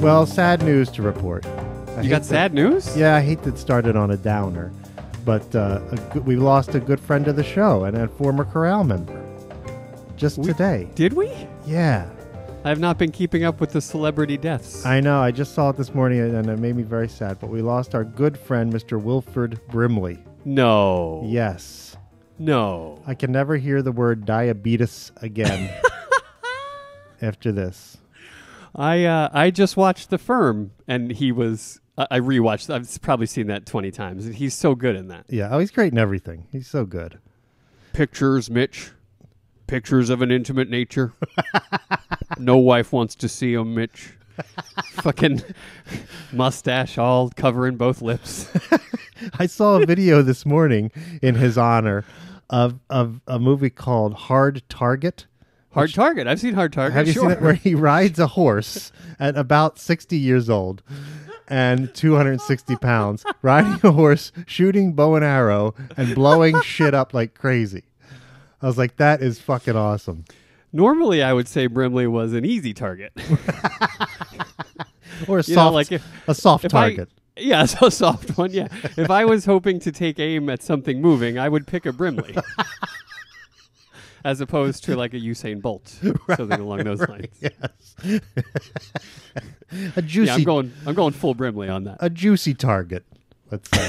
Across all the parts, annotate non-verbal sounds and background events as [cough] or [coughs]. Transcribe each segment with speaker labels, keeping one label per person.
Speaker 1: Well, sad news to report. I
Speaker 2: You got
Speaker 1: hate
Speaker 2: sad news?
Speaker 1: that- Yeah, I hate that started on a downer, but uh, a good, we lost a good friend of the show and a former Corral member just today.
Speaker 2: Did we?
Speaker 1: Yeah,
Speaker 2: I have not been keeping up with the celebrity deaths.
Speaker 1: I know. I just saw it this morning and it made me very sad. But we lost our good friend, Mr. Wilfred Brimley.
Speaker 2: no.
Speaker 1: Yes,
Speaker 2: No.
Speaker 1: I can never hear the word diabetes
Speaker 2: [laughs]
Speaker 1: again after this.
Speaker 2: I uh, I just watched The Firm, and he was. I I rewatched. I've s- probably seen that twenty times. He's so good in that.
Speaker 1: Yeah, oh, he's great in everything. He's so good.
Speaker 2: Pictures, Mitch. Pictures of an
Speaker 1: [laughs]
Speaker 2: intimate nature. no wife wants to see him, Mitch. Fucking mustache all covering
Speaker 1: [laughs]
Speaker 2: both lips.
Speaker 1: I saw a video this morning in his honor of of a movie called Hard Target.
Speaker 2: Hard target. I've seen hard target.
Speaker 1: Have you
Speaker 2: sure.
Speaker 1: seen it? Where he rides a horse at about sixty years old and two hundred and sixty pounds, riding a horse, shooting bow and arrow, and blowing shit up like crazy. I was like, that is fucking awesome.
Speaker 2: Normally, I would say Brimley was an easy target.
Speaker 1: Or a
Speaker 2: You know,
Speaker 1: soft,
Speaker 2: like if-
Speaker 1: a soft
Speaker 2: If I-
Speaker 1: target.
Speaker 2: yeah, [laughs] so soft one. Yeah. If I was hoping to take aim at something moving, I would pick a Brimley. As opposed to like a
Speaker 1: [laughs]
Speaker 2: Usain Bolt, something along those lines. Yeah,
Speaker 1: yes. a juicy,
Speaker 2: I'm going. I'm going full Brimley on that.
Speaker 1: a juicy target. Let's
Speaker 2: [laughs]
Speaker 1: say.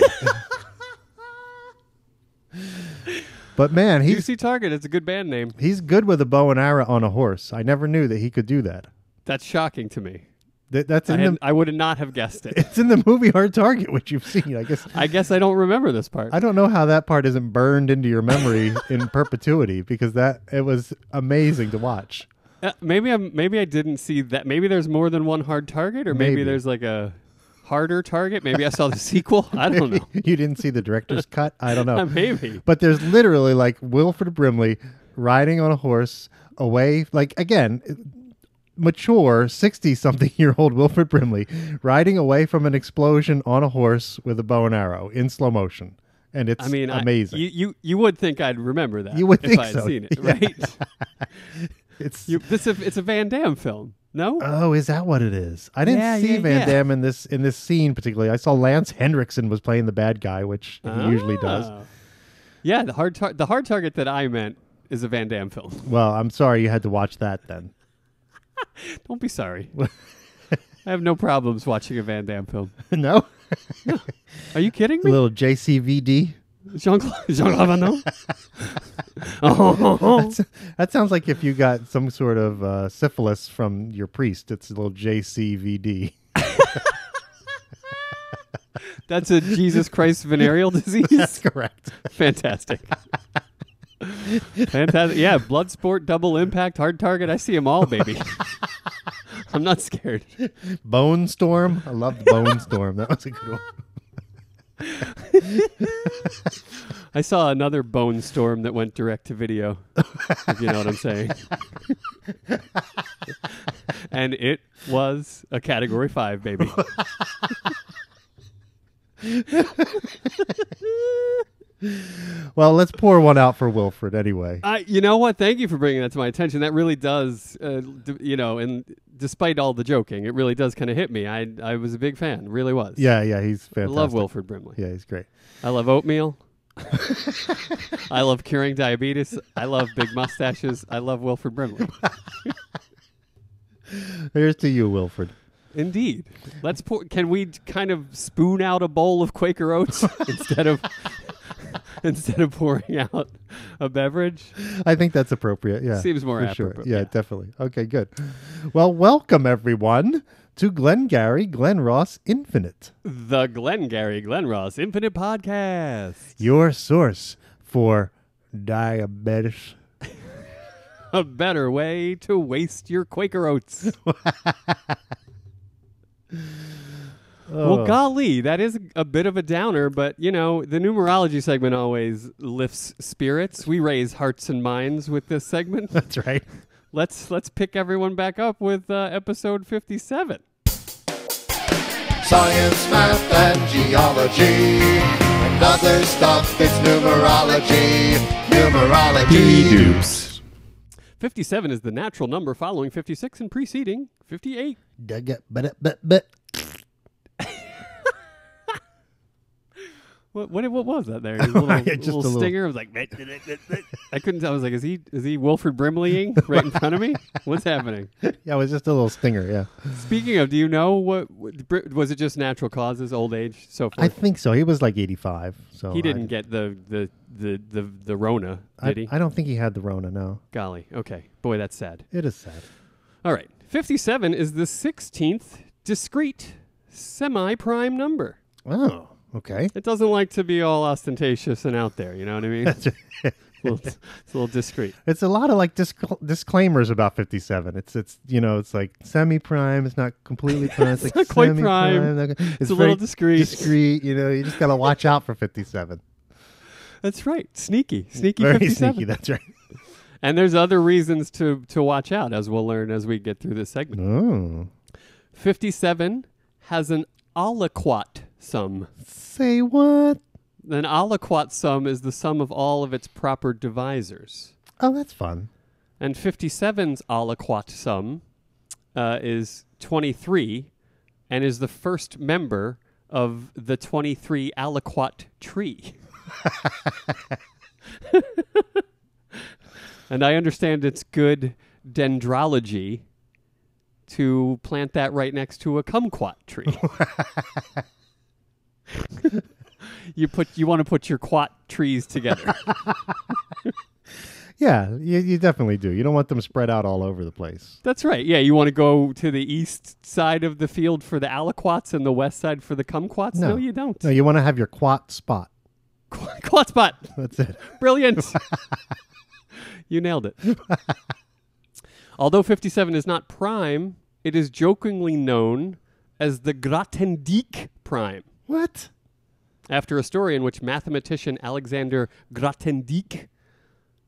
Speaker 1: but man, he's
Speaker 2: Juicy Target. It's a good band name.
Speaker 1: He's good with a bow and arrow on a horse. I never knew that he could do that.
Speaker 2: That's shocking to me.
Speaker 1: Th- that's
Speaker 2: I,
Speaker 1: in
Speaker 2: had,
Speaker 1: the
Speaker 2: I would not have guessed it.
Speaker 1: [laughs] it's in the movie Hard Target, which you've seen. I guess
Speaker 2: I guess I don't remember this part.
Speaker 1: I don't know how that part isn't burned into your memory
Speaker 2: [laughs]
Speaker 1: in perpetuity because that it was amazing to watch.
Speaker 2: Uh, maybe I'm. Maybe I didn't see that. Maybe there's more than one hard target, or maybe,
Speaker 1: Maybe.
Speaker 2: there's like a harder target. Maybe I saw the [laughs] sequel. I don't know.
Speaker 1: [laughs] you didn't see the director's cut. I
Speaker 2: [laughs]
Speaker 1: don't know.
Speaker 2: maybe.
Speaker 1: But there's literally like Wilfred Brimley riding on a horse away, like again, mature 60 something year old Wilfred Brimley riding away from an explosion on a horse with a bow and arrow in slow motion. And it's
Speaker 2: I mean, I-
Speaker 1: amazing.
Speaker 2: you, you you would think I'd remember that.
Speaker 1: You would
Speaker 2: if
Speaker 1: think
Speaker 2: I had
Speaker 1: so,
Speaker 2: seen it,
Speaker 1: [laughs] yeah.
Speaker 2: right?
Speaker 1: it's
Speaker 2: You, this is- it's a Van Damme film. No,
Speaker 1: Oh, is that what it is? I didn't
Speaker 2: Yeah,
Speaker 1: see
Speaker 2: yeah,
Speaker 1: Van
Speaker 2: yeah.
Speaker 1: Damme in this in this scene particularly. I saw Lance Hendrickson was playing the bad guy, which he usually does.
Speaker 2: Oh. Yeah, the hard tar- the hard target that I meant is a Van Damme film. [laughs]
Speaker 1: Well, I'm sorry you had to watch that then. [laughs]
Speaker 2: Don't be sorry. I have no problems watching a Van Damme film.
Speaker 1: no?
Speaker 2: Are you kidding
Speaker 1: A
Speaker 2: me?
Speaker 1: little JCVD.
Speaker 2: Jean [laughs] Claude
Speaker 1: [laughs]
Speaker 2: Van Damme. oh, [laughs]
Speaker 1: That's- [laughs] that sounds like if you got some sort of uh, syphilis from your priest. It's a little [laughs] JCVD.
Speaker 2: that's a Jesus
Speaker 1: [laughs]
Speaker 2: Christ venereal disease.
Speaker 1: correct.
Speaker 2: Fantastic. Fantastic. Yeah, Bloodsport, Double Impact, Hard Target. I see them all, baby. [laughs] I'm not scared.
Speaker 1: Bone Storm. I loved Bone Storm. That was a good one.
Speaker 2: I saw another Bone Storm that went direct to video, if you know what I'm saying. and it was a Category 5, baby.
Speaker 1: Well, let's pour one out for Wilfred anyway.
Speaker 2: I, you know what? Thank you for bringing that to my attention. That really does, uh, d- you know, and despite all the joking, it really does kind of hit me. I, I was a big fan, really was.
Speaker 1: Yeah, yeah, he's
Speaker 2: I
Speaker 1: fantastic.
Speaker 2: love Wilfred Brimley.
Speaker 1: Yeah, he's great.
Speaker 2: I love oatmeal. [laughs] I love curing diabetes. I love big mustaches. I love Wilfred Brimley.
Speaker 1: Here's to you, Wilfred.
Speaker 2: Indeed. Let's pour, can we kind of spoon out a bowl of Quaker oats [laughs] instead of instead of pouring out a beverage?
Speaker 1: I think that's appropriate. Yeah.
Speaker 2: Seems more
Speaker 1: for sure.
Speaker 2: apropos,
Speaker 1: Yeah,
Speaker 2: yeah.
Speaker 1: definitely. Okay, good. Well, welcome everyone to Glengarry Glen Ross Infinite,
Speaker 2: The Glengarry Glen Ross Infinite Podcast.
Speaker 1: your source for diabetes. [laughs]
Speaker 2: A better way to waste your Quaker oats. Well, golly, that is a bit of a downer, but you know, the numerology segment always lifts spirits. We raise hearts and minds with
Speaker 1: [laughs]
Speaker 2: this segment.
Speaker 1: That's right.
Speaker 2: let's let's pick everyone back up with uh, episode 57.
Speaker 3: Science, math, and geology. And other stuff, it's numerology. Numerology.
Speaker 2: doops. 57 is the natural number following 56 and preceding 58.
Speaker 1: Dug up, but uh, but but.
Speaker 2: What what, what was
Speaker 1: [laughs]
Speaker 2: that there? His little,
Speaker 1: Yeah, just
Speaker 2: little
Speaker 1: a little-
Speaker 2: stinger. I was like, I couldn't. tell. I was like, is he is he Wilfred Brimleying right in front of me? What's happening?
Speaker 1: Yeah, it was just a little stinger. Yeah,
Speaker 2: Speaking of, do you know what, what Br- was it? Just natural causes, old age, so
Speaker 1: I
Speaker 2: forth.
Speaker 1: think so. He was like eighty-five. So
Speaker 2: he didn't
Speaker 1: I,
Speaker 2: get the the the the, the Rona,
Speaker 1: I,
Speaker 2: did he?
Speaker 1: I don't think he had the Rona. No,
Speaker 2: Golly, okay, boy, that's sad.
Speaker 1: it is sad.
Speaker 2: All right, fifty-seven is the sixteenth discrete semi-prime number.
Speaker 1: Oh, okay.
Speaker 2: It doesn't like to be all ostentatious and out there. You know what I mean? it's, a
Speaker 1: [laughs]
Speaker 2: little, it's a little discreet.
Speaker 1: It's a lot of like disc- disclaimers about fifty-seven. It's it's you know it's like semi-prime. It's not
Speaker 2: [laughs]
Speaker 1: completely prime. It's, like
Speaker 2: not quite
Speaker 1: semi-prime. It's,
Speaker 2: a
Speaker 1: very
Speaker 2: little discreet.
Speaker 1: Discreet. You know, you just gotta watch out for
Speaker 2: [laughs]
Speaker 1: fifty-seven.
Speaker 2: That's right, sneaky, sneaky
Speaker 1: Very
Speaker 2: fifty-seven.
Speaker 1: sneaky. That's right.
Speaker 2: And there's other reasons to to watch out, as we'll learn as we get through this
Speaker 1: [laughs] Oh,
Speaker 2: segment. Fifty-seven has an aliquot sum.
Speaker 1: say what?
Speaker 2: An aliquot sum is the sum of all of its proper divisors.
Speaker 1: Oh, that's fun.
Speaker 2: And 57's aliquot sum uh, is 23 and is the first member of the 23 aliquot tree. [laughs] and I understand it's good dendrology to plant that right next to a kumquat tree. [laughs] you put you want to put your quat trees together.
Speaker 1: Yeah, you, you definitely do. You don't want them spread out all over the place.
Speaker 2: That's right. Yeah, you want to go to the east side of the field for the aliquots and the west side for the kumquats? No,
Speaker 1: No.
Speaker 2: you don't. [laughs]
Speaker 1: No, you want to have your quat spot.
Speaker 2: Quat spot.
Speaker 1: That's it.
Speaker 2: Brilliant. [laughs] you nailed it. [laughs] Although 57 is not prime, it is jokingly known as the Grothendieck prime,
Speaker 1: What?
Speaker 2: after a story in which mathematician Alexander Grothendieck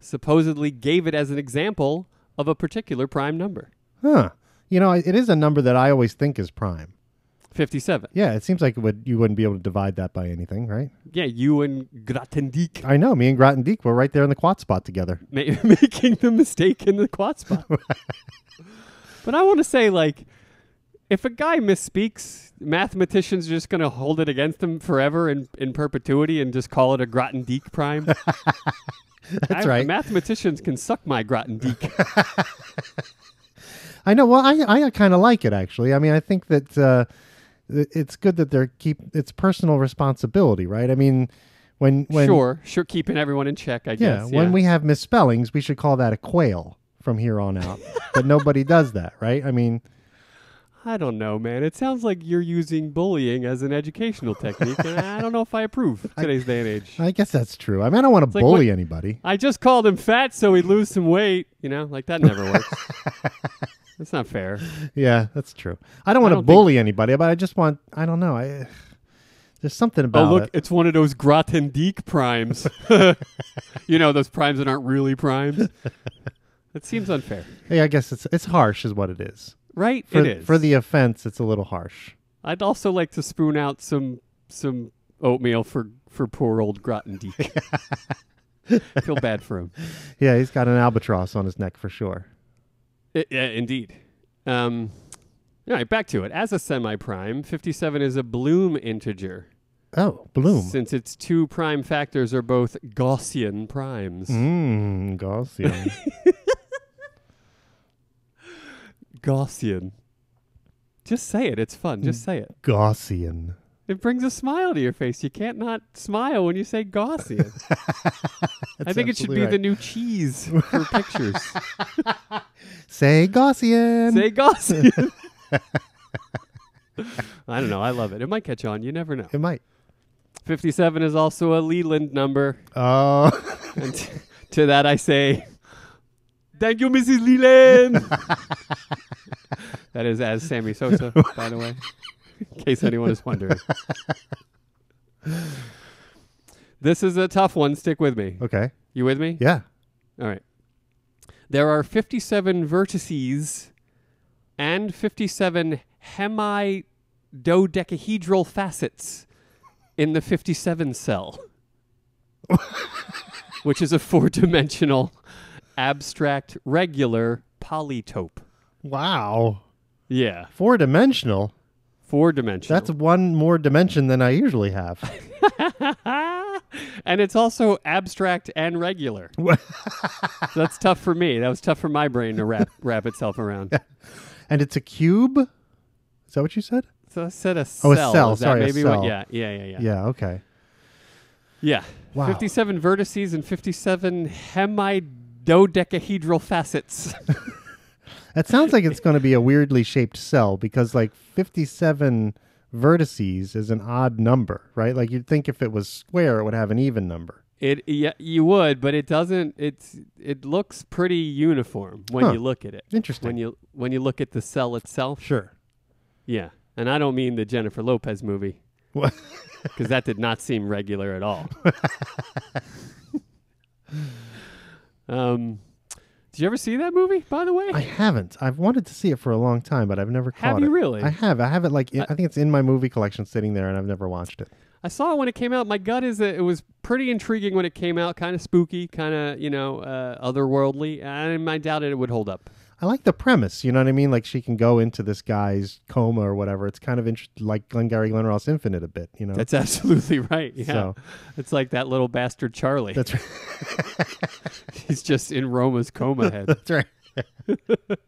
Speaker 2: supposedly gave it as an example of a particular prime number,
Speaker 1: Huh. You know, it is a number that I always think is prime.
Speaker 2: 57.
Speaker 1: Yeah, it seems like it would you wouldn't be able to divide that by anything, right?
Speaker 2: Yeah, you and Grothendieck
Speaker 1: I know. Me and Groton Deek were right there in the quat spot together.
Speaker 2: ma- [laughs] making the mistake in the
Speaker 1: [laughs]
Speaker 2: quad spot. but I want to say, like, if a guy misspeaks, mathematicians are just going to hold it against him forever in, in perpetuity and just call it a
Speaker 1: [laughs]
Speaker 2: Grothendieck prime. That's
Speaker 1: right.
Speaker 2: Mathematicians can suck my Grothendieck.
Speaker 1: I know. Well, I I kind of like it actually. I mean, I think that uh, it- it's good that they're keep it's personal responsibility, right? I mean, when [laughs] when
Speaker 2: sure, sure, keeping everyone in check, I
Speaker 1: yeah,
Speaker 2: guess.
Speaker 1: when we have misspellings, we should call that a quail from here on out. but nobody does that, right? I mean,
Speaker 2: I don't know, man. It sounds like you're using bullying as an educational technique, and I don't know if I approve today's day and age.
Speaker 1: [laughs] I guess that's true. I mean, I don't want to
Speaker 2: like
Speaker 1: bully anybody.
Speaker 2: I just called him fat so he'd lose some weight. You know, like that never works.
Speaker 1: [laughs]
Speaker 2: That's not fair.
Speaker 1: Yeah, that's true. I don't want to
Speaker 2: don't think-
Speaker 1: bully anybody, but I just want I don't know. I there's something
Speaker 2: Oh,
Speaker 1: about
Speaker 2: look,
Speaker 1: it.
Speaker 2: it's one of those Grothendieck [laughs] primes. you know, those primes that aren't really primes. [laughs] It seems unfair,
Speaker 1: Hey, I guess it's it's harsh is what it is.
Speaker 2: right?
Speaker 1: For,
Speaker 2: it is.
Speaker 1: for the offense, it's a little harsh.
Speaker 2: I'd also like to spoon out some some oatmeal for for poor
Speaker 1: [laughs]
Speaker 2: old Grothendieck. Feel bad for him.
Speaker 1: Yeah, he's got an albatross on his neck for sure.
Speaker 2: I- yeah, indeed. Um, all right, back to it. As a semi-prime, fifty-seven is a Bloom integer.
Speaker 1: Oh, bloom.
Speaker 2: Since its two prime factors are both Gaussian primes.
Speaker 1: Mmm, Gaussian. [laughs]
Speaker 2: Gaussian. Just say it. It's fun.
Speaker 1: Mm.
Speaker 2: Just say it.
Speaker 1: Gaussian.
Speaker 2: It brings a smile to your face. You can't not smile when you say
Speaker 1: [laughs]
Speaker 2: Gaussian. I think it should
Speaker 1: absolutely
Speaker 2: be
Speaker 1: right.
Speaker 2: the new
Speaker 1: [laughs]
Speaker 2: cheese for pictures.
Speaker 1: Say Gaussian.
Speaker 2: say
Speaker 1: [laughs]
Speaker 2: Gaussian. I don't know. I love it. It might catch on. You never know.
Speaker 1: it might.
Speaker 2: 57 is also a Leland number.
Speaker 1: Oh, [laughs]
Speaker 2: And t- to that I say, thank you, Mrs. Leland. that is as Sammy Sosa, by the way, in case anyone is wondering. this is a tough one. Stick with me.
Speaker 1: okay.
Speaker 2: You with me?
Speaker 1: Yeah.
Speaker 2: All right. There are 57 vertices and 57 hemidodecahedral facets in the 57 cell, which is a four dimensional abstract regular polytope.
Speaker 1: Wow.
Speaker 2: Yeah,
Speaker 1: Four dimensional.
Speaker 2: four dimensional.
Speaker 1: That's one more dimension than I usually have.
Speaker 2: [laughs] and it's also abstract and regular. So that's tough for me. That was tough for my brain to wrap wrap itself around.
Speaker 1: and it's a cube? Is that what you said?
Speaker 2: So I said a cell.
Speaker 1: Oh, a cell.
Speaker 2: Is that
Speaker 1: Sorry, a
Speaker 2: maybe
Speaker 1: cell.
Speaker 2: What, yeah, yeah, yeah, yeah.
Speaker 1: Yeah, okay.
Speaker 2: Yeah.
Speaker 1: Wow.
Speaker 2: 57 vertices and 57 hemidodecahedral facets. [laughs]
Speaker 1: That sounds like it's going to be a weirdly shaped cell because like 57 vertices is an odd number, right? Like you'd think if it was square it would have an even number.
Speaker 2: it yeah, you would, but it doesn't it's it looks pretty uniform when
Speaker 1: Huh.
Speaker 2: you look at it.
Speaker 1: Interesting.
Speaker 2: When you when you look at the cell itself.
Speaker 1: Sure.
Speaker 2: Yeah. And I don't mean the Jennifer Lopez movie [laughs]
Speaker 1: What?
Speaker 2: because that did not seem regular
Speaker 1: [laughs]
Speaker 2: at all. um did you ever see that movie, by the way?
Speaker 1: I haven't. I've wanted to see it for a long time, but I've never
Speaker 2: Have
Speaker 1: caught
Speaker 2: you
Speaker 1: it.
Speaker 2: really?
Speaker 1: I have. I have it like in, I, think it's in my movie collection sitting there and I've never watched it.
Speaker 2: I saw it when it came out. My gut is that it was pretty intriguing when it came out, kind of spooky, kind of you know uh, otherworldly. And I doubted it would hold up.
Speaker 1: I like the premise, you know what I mean? Like she can go into this guy's coma or whatever. It's kind of inter- like Glengarry Glen Ross Infinite a bit, you know.
Speaker 2: That's [laughs] absolutely right. Yeah,
Speaker 1: So-
Speaker 2: it's like that little bastard Charlie.
Speaker 1: That's [laughs] right.
Speaker 2: [laughs] He's just in Roma's coma
Speaker 1: [laughs]
Speaker 2: head.
Speaker 1: That's right.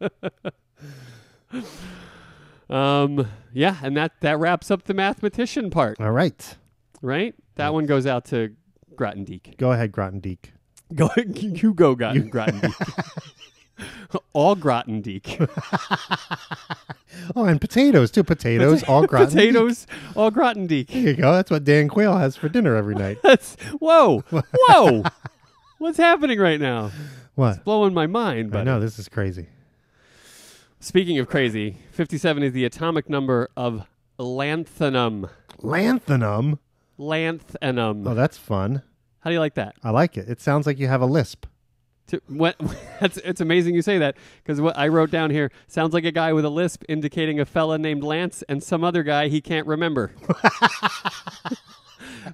Speaker 2: Um, yeah, and that that wraps up the mathematician part,
Speaker 1: All right.
Speaker 2: right? That one goes out to
Speaker 1: [laughs]
Speaker 2: Grotendieck.
Speaker 1: Go ahead, Grotendieck.
Speaker 2: Go, you go, Grotten, Grotendieck. [laughs] All Grotendieck.
Speaker 1: Oh, and potatoes too. Potatoes,
Speaker 2: [laughs]
Speaker 1: all Grotendieck.
Speaker 2: Potatoes, all Grotendieck.
Speaker 1: There you go. That's what Dan Quayle has for dinner every [laughs] night.
Speaker 2: That's
Speaker 1: [laughs]
Speaker 2: whoa, whoa. What's happening right now?
Speaker 1: What?
Speaker 2: Blowing my mind.
Speaker 1: I
Speaker 2: But
Speaker 1: know this is crazy.
Speaker 2: speaking of crazy, fifty-seven is the atomic number of lanthanum.
Speaker 1: Lanthanum.
Speaker 2: Lanthanum.
Speaker 1: Oh, that's fun.
Speaker 2: How do you like that?
Speaker 1: I like it. It sounds like you have a lisp.
Speaker 2: To, what, [laughs] that's, it's amazing you say that because what I wrote down here sounds like a guy with a lisp indicating a fella named Lance and some other guy he
Speaker 1: [laughs]
Speaker 2: can't remember.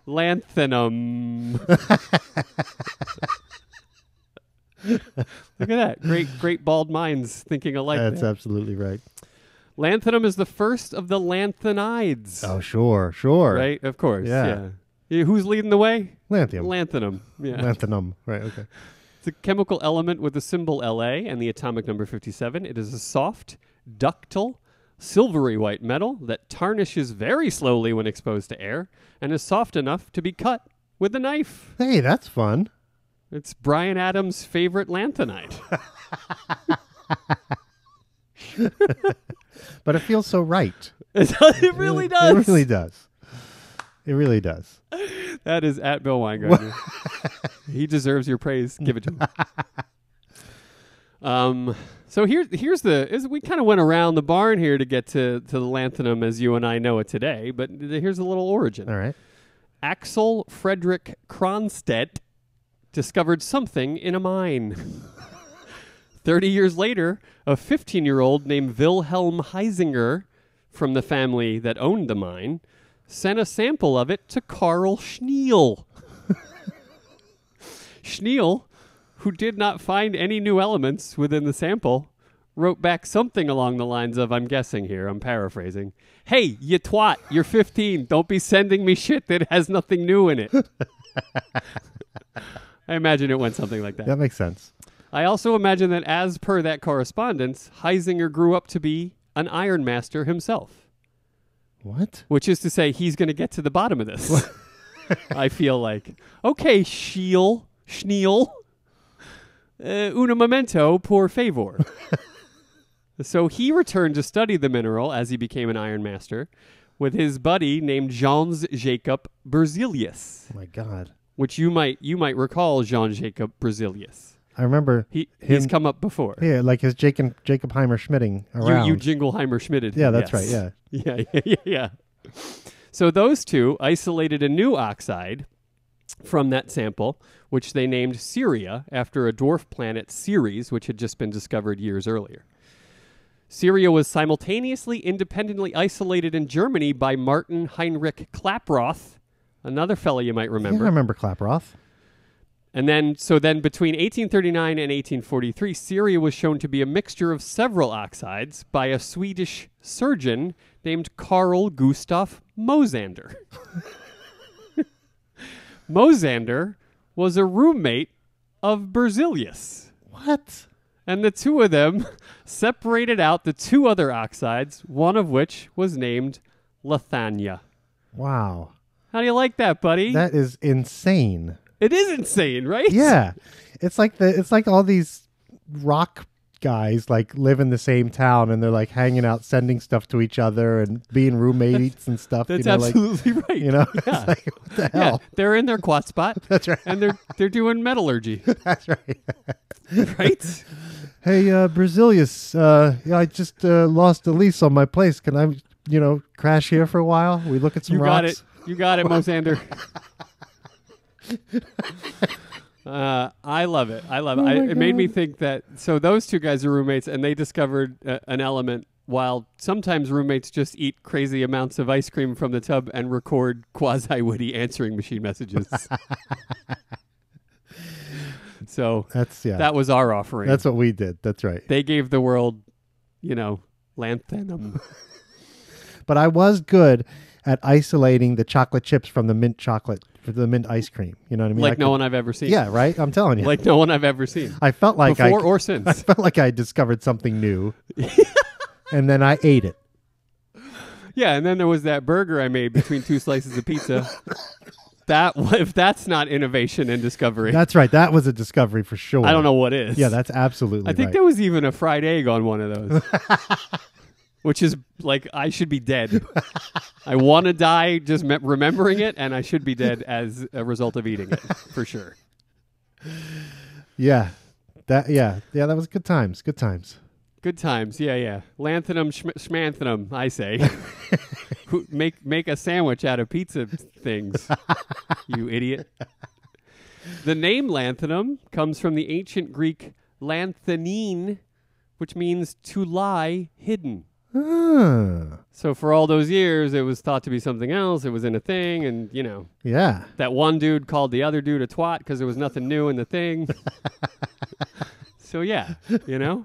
Speaker 2: Lanthanum. [laughs] Look at that. Great, great bald minds thinking alike.
Speaker 1: That's
Speaker 2: there.
Speaker 1: absolutely right.
Speaker 2: Lanthanum is the first of the lanthanides.
Speaker 1: Oh, sure, sure.
Speaker 2: Right? Of course.
Speaker 1: Yeah.
Speaker 2: Yeah. yeah. Who's leading the way?
Speaker 1: Lanthium.
Speaker 2: Lanthanum. Yeah.
Speaker 1: Lanthanum. Right. Okay.
Speaker 2: It's a chemical element with the symbol La and the atomic number 57. It is a soft, ductile, silvery white metal that tarnishes very slowly when exposed to air and is soft enough to be cut with a knife.
Speaker 1: Hey, that's fun.
Speaker 2: It's Brian Adams' favorite lanthanide. [laughs]
Speaker 1: But it feels so right.
Speaker 2: it really does.
Speaker 1: It really does. It really does.
Speaker 2: That is at Bill
Speaker 1: [laughs]
Speaker 2: Weingartner. he deserves your praise. Give it to him. um, so here, here's the is we kind of went around the barn here to get to, to the lanthanum as you and I know it today, but th- here's a little origin.
Speaker 1: All right.
Speaker 2: Axel Frederick Kronstedt discovered something in a mine. [laughs] 30 years later, a 15 year old named Wilhelm Heisinger from the family that owned the mine sent a sample of it to Carl Schneil. [laughs] Schneil, who did not find any new elements within the sample, wrote back something along the lines of I'm guessing here, I'm paraphrasing. Hey, you twat, you're 15. Don't be sending me shit that has nothing new in it. [laughs] I imagine it went something like that.
Speaker 1: That makes sense.
Speaker 2: I also imagine that, as per that correspondence, Heisinger grew up to be an Iron Master himself,
Speaker 1: What?
Speaker 2: which is to say, he's going to get to the bottom of this. I feel like, okay, Scheel, Schneil, uh, una memento por favor. so he returned to study the mineral as he became an Iron Master with his buddy named Jeans Jacob Berzelius,
Speaker 1: Oh my God.
Speaker 2: which you might you might recall Jean Jacob Berzelius.
Speaker 1: I remember.
Speaker 2: He,
Speaker 1: Him-
Speaker 2: he's come up before.
Speaker 1: yeah, like his Jacob Jacob Heimer Schmitting
Speaker 2: You,
Speaker 1: around.
Speaker 2: you Jingleheimer Schmidted.
Speaker 1: Yeah, that's right,
Speaker 2: yes. [laughs] Yeah. Yeah, yeah, yeah, So those two isolated a new oxide from that sample, which they named Ceria after a dwarf planet Ceres, which had just been discovered years earlier. Ceria was simultaneously independently isolated in Germany by Martin Heinrich Klaproth, another fellow you might
Speaker 1: Yeah, I
Speaker 2: remember.
Speaker 1: remember Klaproth.
Speaker 2: And then, so then between 1839 and 1843, ceria was shown to be a mixture of several oxides by a Swedish surgeon named Carl Gustav Mosander. [laughs] Mosander was a roommate of Berzelius
Speaker 1: What?
Speaker 2: and the two of them [laughs] separated out the two other oxides, one of which was named Lathania.
Speaker 1: Wow.
Speaker 2: How do you like that, buddy?
Speaker 1: That is insane.
Speaker 2: it is insane, right?
Speaker 1: Yeah. It's like the it's like all these rock guys like live in the same town and they're like hanging out sending stuff to each other and being roommates and stuff.
Speaker 2: That's
Speaker 1: you know, like
Speaker 2: absolutely [laughs] right.
Speaker 1: you know, [laughs]
Speaker 2: Yeah.
Speaker 1: it's like what the
Speaker 2: Yeah,
Speaker 1: hell? [laughs]
Speaker 2: they're in their quad spot.
Speaker 1: That's right.
Speaker 2: And they're they're doing metallurgy,
Speaker 1: [laughs] That's right.
Speaker 2: [laughs] right?
Speaker 1: Hey, uh, Brazilius, uh, yeah, I just uh, lost a lease on my place. Can I, you know, crash here for a while? We look at some
Speaker 2: You
Speaker 1: rocks.
Speaker 2: got it. You got
Speaker 1: [laughs]
Speaker 2: it, Mosander. Uh, I love it. I love it. I,
Speaker 1: Oh my
Speaker 2: it made me
Speaker 1: God.
Speaker 2: think that so those two guys are roommates, and they discovered uh, an element. While sometimes roommates just eat crazy amounts of ice cream from the tub and record quasi witty answering
Speaker 1: [laughs]
Speaker 2: machine messages. so
Speaker 1: That's yeah.
Speaker 2: that was our offering.
Speaker 1: That's what we did. That's right.
Speaker 2: they gave the world, you know,
Speaker 1: Mm.
Speaker 2: lanthanum.
Speaker 1: But I was good at isolating the chocolate chips from the mint chocolate, from the mint ice cream. You know what I mean?
Speaker 2: [laughs] like
Speaker 1: I
Speaker 2: no
Speaker 1: could-
Speaker 2: one I've ever seen.
Speaker 1: Yeah, right. I'm telling you.
Speaker 2: [laughs] like no one I've ever seen.
Speaker 1: I felt like I [laughs]
Speaker 2: before or since.
Speaker 1: felt like I discovered something
Speaker 2: [laughs]
Speaker 1: new, and then I ate it.
Speaker 2: yeah, and then there was that burger I made between two slices of pizza. That [laughs] if that's not innovation and discovery,
Speaker 1: That's right. That was a discovery for sure.
Speaker 2: I don't know what is.
Speaker 1: Yeah, that's absolutely.
Speaker 2: I think
Speaker 1: right.
Speaker 2: there was even a fried egg on one of
Speaker 1: [laughs]
Speaker 2: those. Which is like I should be dead. I want to die just me- remembering it, and I should be dead as a result of eating it for sure.
Speaker 1: Yeah, that yeah yeah that was good times. Good times.
Speaker 2: Good times, yeah, yeah. Lanthanum, schm- schmanthanum, I say. Who- make make a sandwich out of pizza things, you idiot. The name lanthanum comes from the ancient Greek lanthanine, which means to lie hidden.
Speaker 1: Ah,
Speaker 2: So for all those years, it was thought to be something else. It was in a thing, and you know
Speaker 1: yeah.
Speaker 2: that one dude called the other dude a twat because there was nothing new in the thing. so yeah, you know.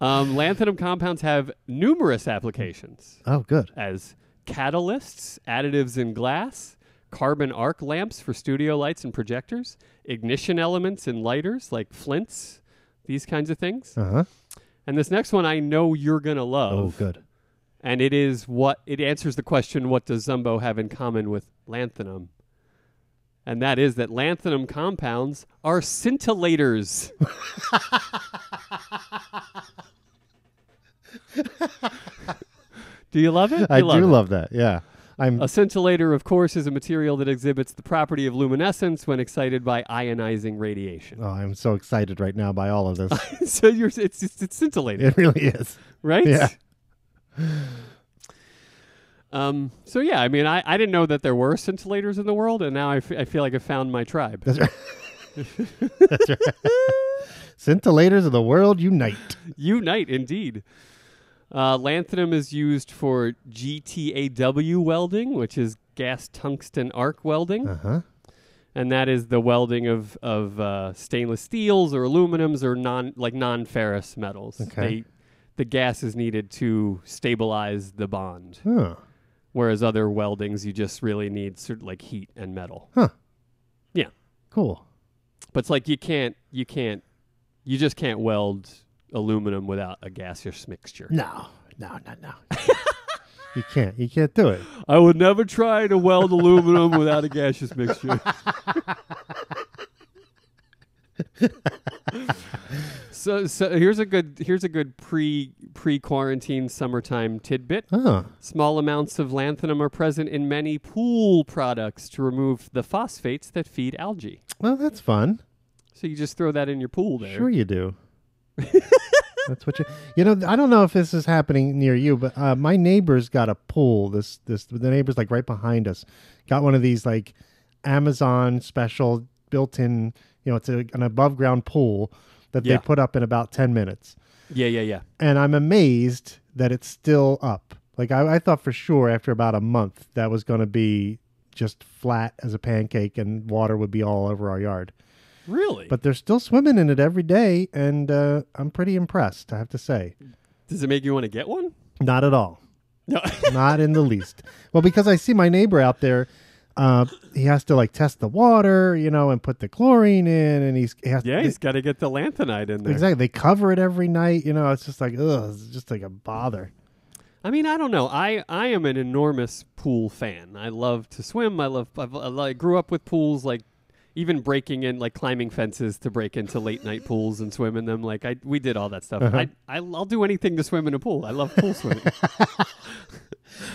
Speaker 2: Um, lanthanum compounds have numerous applications
Speaker 1: Oh, good.
Speaker 2: as catalysts, additives in glass, carbon arc lamps for studio lights and projectors, ignition elements in lighters like flints, these kinds of things.
Speaker 1: Uh huh.
Speaker 2: And this next one I know you're going to
Speaker 1: Oh,
Speaker 2: love.
Speaker 1: good.
Speaker 2: And it is what it answers the question what does Zumbo have in common with lanthanum? And that is that lanthanum compounds are scintillators. [laughs] do you love it?
Speaker 1: I
Speaker 2: You
Speaker 1: do
Speaker 2: it.
Speaker 1: love that. Yeah, I'm.
Speaker 2: A scintillator, of course, is a material that exhibits the property of luminescence when excited by ionizing radiation.
Speaker 1: oh, I'm so excited right now by all of this.
Speaker 2: [laughs] so you're, it's, it's, it's scintillating.
Speaker 1: it really is.
Speaker 2: right?
Speaker 1: Yeah.
Speaker 2: [sighs] Um, so yeah, I mean, I, I didn't know that there were scintillators in the world, and now I, f- I feel like I found my tribe.
Speaker 1: [laughs] That's right. That's right. Scintillators of the world unite.
Speaker 2: Unite, indeed. Uh, lanthanum is used for GTAW welding, which is gas tungsten arc welding,
Speaker 1: Uh huh.
Speaker 2: and that is the welding of of uh, stainless steels or aluminums or non like non ferrous metals.
Speaker 1: Okay.
Speaker 2: They, the gas is needed to stabilize the bond.
Speaker 1: Huh.
Speaker 2: whereas other weldings you just really need sort of like heat and metal.
Speaker 1: Huh.
Speaker 2: Yeah.
Speaker 1: Cool.
Speaker 2: But it's like you can't you can't you just can't weld aluminum without a gaseous mixture.
Speaker 1: No, no, no, no. you can't. You can't do it.
Speaker 2: I would never try to weld aluminum without a gaseous mixture. [laughs] so so here's a good here's a good pre pre quarantine summertime tidbit.
Speaker 1: Huh.
Speaker 2: Small amounts of lanthanum are present in many pool products to remove the phosphates that feed algae.
Speaker 1: Well, that's fun.
Speaker 2: So you just throw that in your pool there.
Speaker 1: Sure, you do. [laughs] That's what you. You know, I don't know if this is happening near you, but uh, my neighbor's got a pool. This this the neighbor's like right behind us, got one of these like Amazon special built-in. You know, it's a, an above-ground pool that
Speaker 2: Yeah.
Speaker 1: they put up in about ten minutes,
Speaker 2: Yeah, yeah, yeah.
Speaker 1: and I'm amazed that it's still up. Like I, I thought for sure after about a month that was going to be just flat as a pancake and water would be all over our yard.
Speaker 2: Really? But
Speaker 1: But they're still swimming in it every day, and uh, I'm pretty impressed, I have to say.
Speaker 2: does it make you want to get one?
Speaker 1: Not at all.
Speaker 2: No.
Speaker 1: [laughs] Not in the least. Well, because I see my neighbor out there, uh, he has to like test the water, you know, and put the chlorine in, and he's he has
Speaker 2: yeah, he's got to get the lanthanide in there.
Speaker 1: exactly. They cover it every night, you know. It's just like ugh, it's just like a bother.
Speaker 2: I mean, I don't know. I, I am an enormous pool fan. I love to swim. I love. I've, I li- grew up with pools, like even breaking in, like climbing fences to break into late night pools and swim in them. Like I, we did all that stuff. I, I, I'll do anything to swim in a pool. I love pool [laughs] swimming.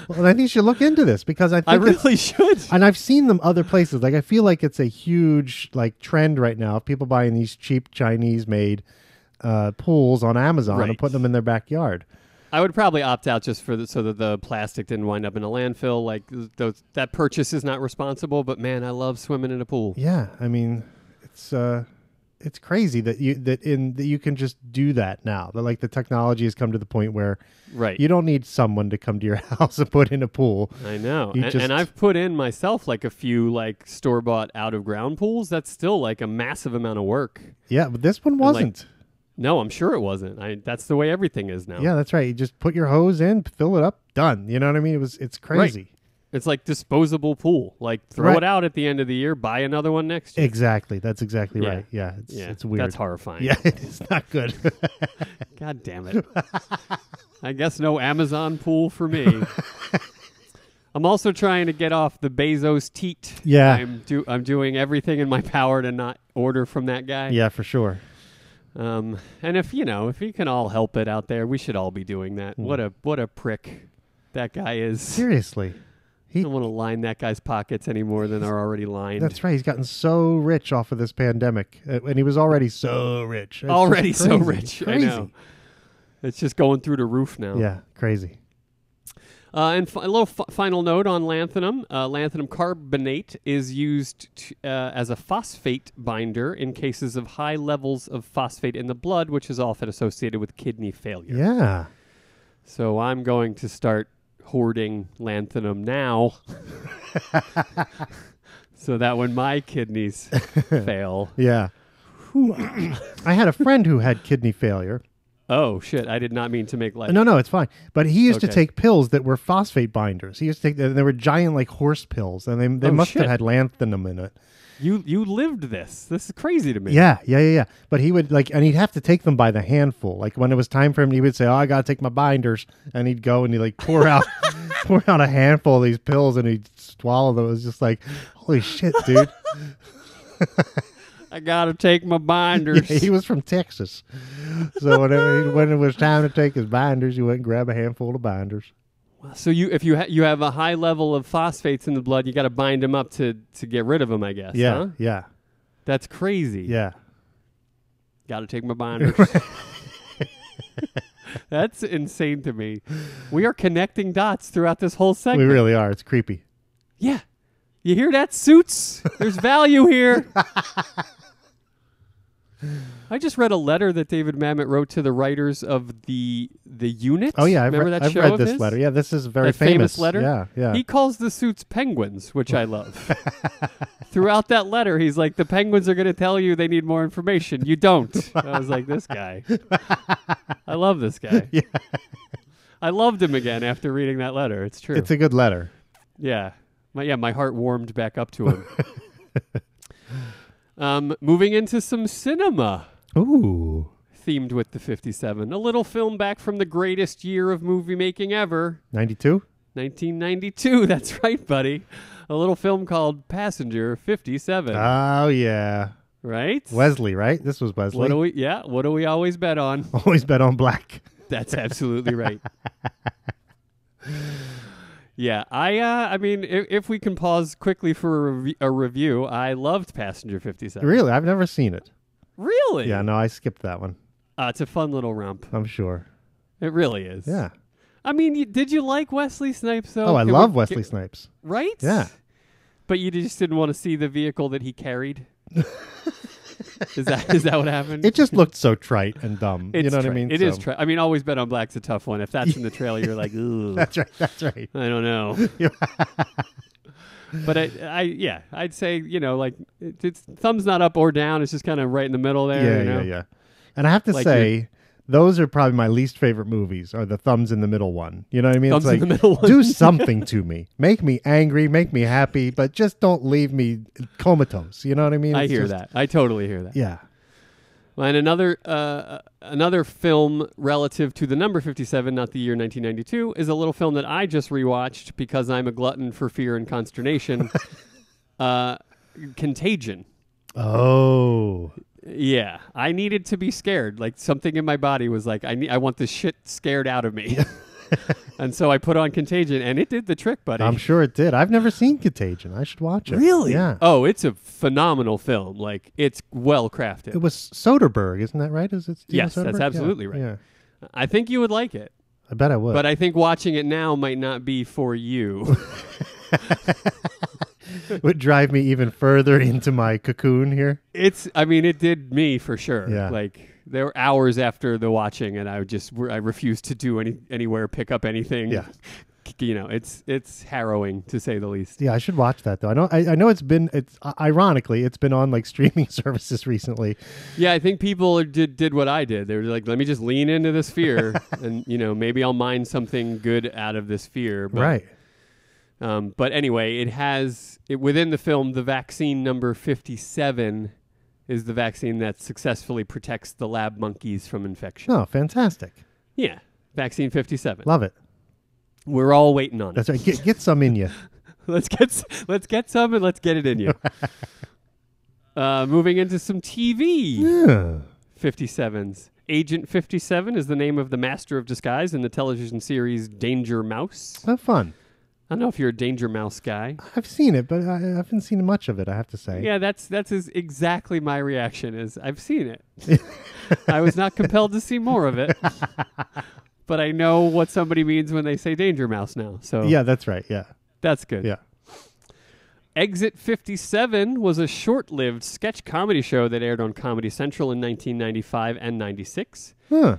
Speaker 1: Well, and I think you should look into this because
Speaker 2: [laughs]
Speaker 1: I think
Speaker 2: I
Speaker 1: it's-
Speaker 2: really should.
Speaker 1: and I've seen them other places. Like I feel like it's a huge like trend right now of people buying these cheap Chinese made uh, pools on Amazon and
Speaker 2: Right.
Speaker 1: putting them in their backyard.
Speaker 2: I would probably opt out just for the, so that the plastic didn't wind up in a landfill. Like th- those, that purchase is not responsible. But man, I love swimming in a pool.
Speaker 1: Yeah, I mean, it's uh, it's crazy that you that in that you can just do that now. That like the technology has come to the point where
Speaker 2: Right.
Speaker 1: you don't need someone to come to your [laughs] house and put in a pool.
Speaker 2: I know.
Speaker 1: You
Speaker 2: And,
Speaker 1: just-
Speaker 2: and I've put in myself like a few like store bought out of ground pools. That's still like a massive amount of work.
Speaker 1: Yeah, but this one wasn't.
Speaker 2: No, I'm sure it wasn't. I that's the way everything is now.
Speaker 1: yeah, that's right. You just put your hose in, fill it up, done. You know what I mean? It was it's crazy.
Speaker 2: It's like disposable pool. Like throw
Speaker 1: Right.
Speaker 2: it out at the end of the year, buy another one next year.
Speaker 1: Exactly. That's exactly
Speaker 2: Yeah.
Speaker 1: right. Yeah, it's
Speaker 2: yeah.
Speaker 1: it's weird.
Speaker 2: That's horrifying.
Speaker 1: Yeah, [laughs] it's not
Speaker 2: [laughs]
Speaker 1: good.
Speaker 2: God
Speaker 1: [laughs]
Speaker 2: damn it. I guess no Amazon pool
Speaker 1: [laughs]
Speaker 2: for me. I'm also trying to get off the Bezos teat.
Speaker 1: Yeah.
Speaker 2: I'm do I'm doing everything in my power to not order from that guy.
Speaker 1: yeah, for sure.
Speaker 2: Um, and if you know, if you can all help it out there, we should all be doing that.
Speaker 1: Hmm.
Speaker 2: What a what a prick that guy is. I
Speaker 1: Seriously. He
Speaker 2: don't want to line that guy's pockets any more than they're already lined.
Speaker 1: that's right. He's gotten so rich off of this pandemic. Uh, and he was already so rich. It's just
Speaker 2: already so
Speaker 1: crazy,
Speaker 2: rich.
Speaker 1: Crazy.
Speaker 2: I know. It's just going through the roof now.
Speaker 1: Yeah, crazy.
Speaker 2: Uh, and fi- a little f- final note on lanthanum. Uh, lanthanum carbonate is used t- uh, as a phosphate binder in cases of high levels of phosphate in the blood, which is often associated with kidney failure.
Speaker 1: Yeah.
Speaker 2: So I'm going to start hoarding lanthanum
Speaker 1: [laughs]
Speaker 2: now. so that when my
Speaker 1: [laughs]
Speaker 2: kidneys fail.
Speaker 1: Yeah. [coughs] I had a friend who had kidney failure. Uh,
Speaker 2: Oh shit, I did not mean to make light.
Speaker 1: No, no, it's fine. But he used to
Speaker 2: Okay.
Speaker 1: take pills that were phosphate binders. He used to take and they were giant like horse pills and they they
Speaker 2: Oh,
Speaker 1: must
Speaker 2: shit.
Speaker 1: have had lanthanum in it.
Speaker 2: You you lived this. This is crazy to me.
Speaker 1: Yeah, yeah, yeah, yeah. But he would like, and he'd have to take them by the handful. Like when it was time for him, he would say, "Oh, I gotta take my binders," and he'd go and he would like pour
Speaker 2: [laughs]
Speaker 1: out, pour out a handful of these pills, and he'd swallow them. It was just like, holy shit, dude. [laughs]
Speaker 2: I gotta take my
Speaker 1: yeah,
Speaker 2: binders.
Speaker 1: he was from Texas, so whenever he, when it was time to take his binders, he went and grabbed a handful of binders.
Speaker 2: so you if you ha- you have a high level of phosphates in the blood, you gotta bind them up to to get rid of them, I guess.
Speaker 1: Yeah,
Speaker 2: huh?
Speaker 1: yeah,
Speaker 2: That's crazy.
Speaker 1: yeah.
Speaker 2: Gotta take
Speaker 1: [laughs]
Speaker 2: my binders. [laughs] That's insane to me. We are connecting dots throughout this whole segment.
Speaker 1: We really are. It's creepy.
Speaker 2: Yeah. You hear that, suits? There's
Speaker 1: [laughs]
Speaker 2: value here. I just read a letter that David Mamet wrote to the writers of the the unit.
Speaker 1: Oh yeah, I've,
Speaker 2: remember
Speaker 1: re-
Speaker 2: that
Speaker 1: I've
Speaker 2: show
Speaker 1: read
Speaker 2: of
Speaker 1: this
Speaker 2: his?
Speaker 1: letter. Yeah, this is very
Speaker 2: That famous letter?
Speaker 1: Yeah, yeah.
Speaker 2: He calls the suits penguins, which I
Speaker 1: [laughs]
Speaker 2: love. Throughout that letter, he's like, "The penguins are going to tell you they need more information. You don't." I was like,
Speaker 1: [laughs]
Speaker 2: "This guy, I love this guy."
Speaker 1: Yeah.
Speaker 2: I loved him again after reading that letter. It's true.
Speaker 1: it's a good letter.
Speaker 2: Yeah. My, yeah, my heart warmed back up to him. [laughs] um, moving into some cinema
Speaker 1: Ooh.
Speaker 2: themed with the 57. A little film back from the greatest year of movie making ever,
Speaker 1: 92?
Speaker 2: 1992. [laughs] That's right, buddy. A little film called Passenger 57.
Speaker 1: Oh, yeah.
Speaker 2: right?
Speaker 1: Wesley, right? This was Wesley.
Speaker 2: what do we yeah, what do we always bet on? [laughs]
Speaker 1: [laughs] Always bet on black.
Speaker 2: That's absolutely right. yeah, I uh, I mean, if, if we can pause quickly for a, rev- a review, I loved Passenger 57.
Speaker 1: Really? I've never seen it.
Speaker 2: Really?
Speaker 1: Yeah, no, I skipped that one.
Speaker 2: Uh, it's a fun little romp.
Speaker 1: I'm sure.
Speaker 2: It really is.
Speaker 1: Yeah.
Speaker 2: I mean, you, did you like Wesley Snipes, though?
Speaker 1: Oh, I
Speaker 2: Can we-
Speaker 1: love
Speaker 2: can-
Speaker 1: Wesley Snipes.
Speaker 2: Right?
Speaker 1: Yeah.
Speaker 2: But you just didn't want to see the vehicle that
Speaker 1: [laughs]
Speaker 2: he carried? is that is that what happened?
Speaker 1: It just looked so trite and dumb. you
Speaker 2: It's
Speaker 1: know what I
Speaker 2: tra-
Speaker 1: mean?
Speaker 2: It is.
Speaker 1: so. [laughs]
Speaker 2: tra- I mean, always bet on black's a tough one. If that's in the trailer, you're like, ooh.
Speaker 1: [laughs] That's right. That's right.
Speaker 2: I don't know.
Speaker 1: Yeah.
Speaker 2: but I, I, yeah, I'd say you know, like it, it's thumbs not up or down. It's just kind of right in the middle there.
Speaker 1: yeah,
Speaker 2: you know?
Speaker 1: yeah, yeah. And I have to
Speaker 2: Like
Speaker 1: say, those are probably my least favorite movies. Are the thumbs in the middle one? You know what I mean?
Speaker 2: Thumbs in
Speaker 1: it's like
Speaker 2: the middle [laughs] one.
Speaker 1: do something to me, make me angry, make me happy, but just don't leave me comatose. You know what I mean?
Speaker 2: I
Speaker 1: It's
Speaker 2: hear
Speaker 1: just-
Speaker 2: that. I totally hear that.
Speaker 1: Yeah.
Speaker 2: Well, And another uh, another film relative to the number 57, not the year 1992, is a little film that I just rewatched because I'm a glutton for fear and consternation.
Speaker 1: [laughs]
Speaker 2: uh, Contagion.
Speaker 1: Oh,
Speaker 2: Yeah, I needed to be scared. Like something in my body was like, I need, I want this shit scared out
Speaker 1: [laughs]
Speaker 2: of me. and so I put on Contagion, and it did the trick, buddy.
Speaker 1: I'm sure it did. I've never seen Contagion. I should watch it.
Speaker 2: really?
Speaker 1: Yeah.
Speaker 2: Oh, it's a phenomenal film. Like it's well crafted.
Speaker 1: It was Soderbergh, isn't that right? Is it? Steven
Speaker 2: Yes, that's
Speaker 1: Soderbergh? Yeah,
Speaker 2: absolutely right.
Speaker 1: Yeah,
Speaker 2: I think you would like it.
Speaker 1: I bet I would.
Speaker 2: But I think watching it now might not be for you.
Speaker 1: [laughs] it would drive me even further into my cocoon here.
Speaker 2: it's, I mean, it did me for sure.
Speaker 1: Yeah.
Speaker 2: Like there were hours after the watching, and I would just, I refused to do any anywhere, pick up anything.
Speaker 1: Yeah.
Speaker 2: [laughs] You know, it's it's harrowing to say the least.
Speaker 1: Yeah, I should watch that though. I know. I, I know it's been. It's ironically, it's been on like streaming [laughs] services recently.
Speaker 2: Yeah, I think people did did what I did. They were like, let me just lean into
Speaker 1: [laughs]
Speaker 2: this fear, and you know, maybe I'll mine something good out of this fear. But
Speaker 1: right.
Speaker 2: Um, but anyway, it has it, within the film the vaccine number 57 is the vaccine that successfully protects the lab monkeys from infection.
Speaker 1: Oh, fantastic!
Speaker 2: Yeah, vaccine 57.
Speaker 1: Love it.
Speaker 2: We're all waiting on it.
Speaker 1: That's right. Get, get some in you.
Speaker 2: [laughs] let's get s- let's get some and let's get it
Speaker 1: [laughs]
Speaker 2: in you. uh, moving into some TV
Speaker 1: Yeah.
Speaker 2: 57s. Agent 57 is the name of the master of disguise in the television series Danger Mouse.
Speaker 1: Have fun.
Speaker 2: I don't know if you're a Danger Mouse guy.
Speaker 1: I've seen it, but I, I haven't seen much of it. I have to say.
Speaker 2: Yeah, that's that's is exactly my reaction. Is I've seen it.
Speaker 1: [laughs]
Speaker 2: I was not compelled to see more of it, but I know what somebody means when they say danger mouse now. So
Speaker 1: Yeah, that's right. Yeah.
Speaker 2: that's good.
Speaker 1: Yeah.
Speaker 2: Exit 57 was a short-lived sketch comedy show that aired on Comedy Central in 1995 and 96.
Speaker 1: Huh.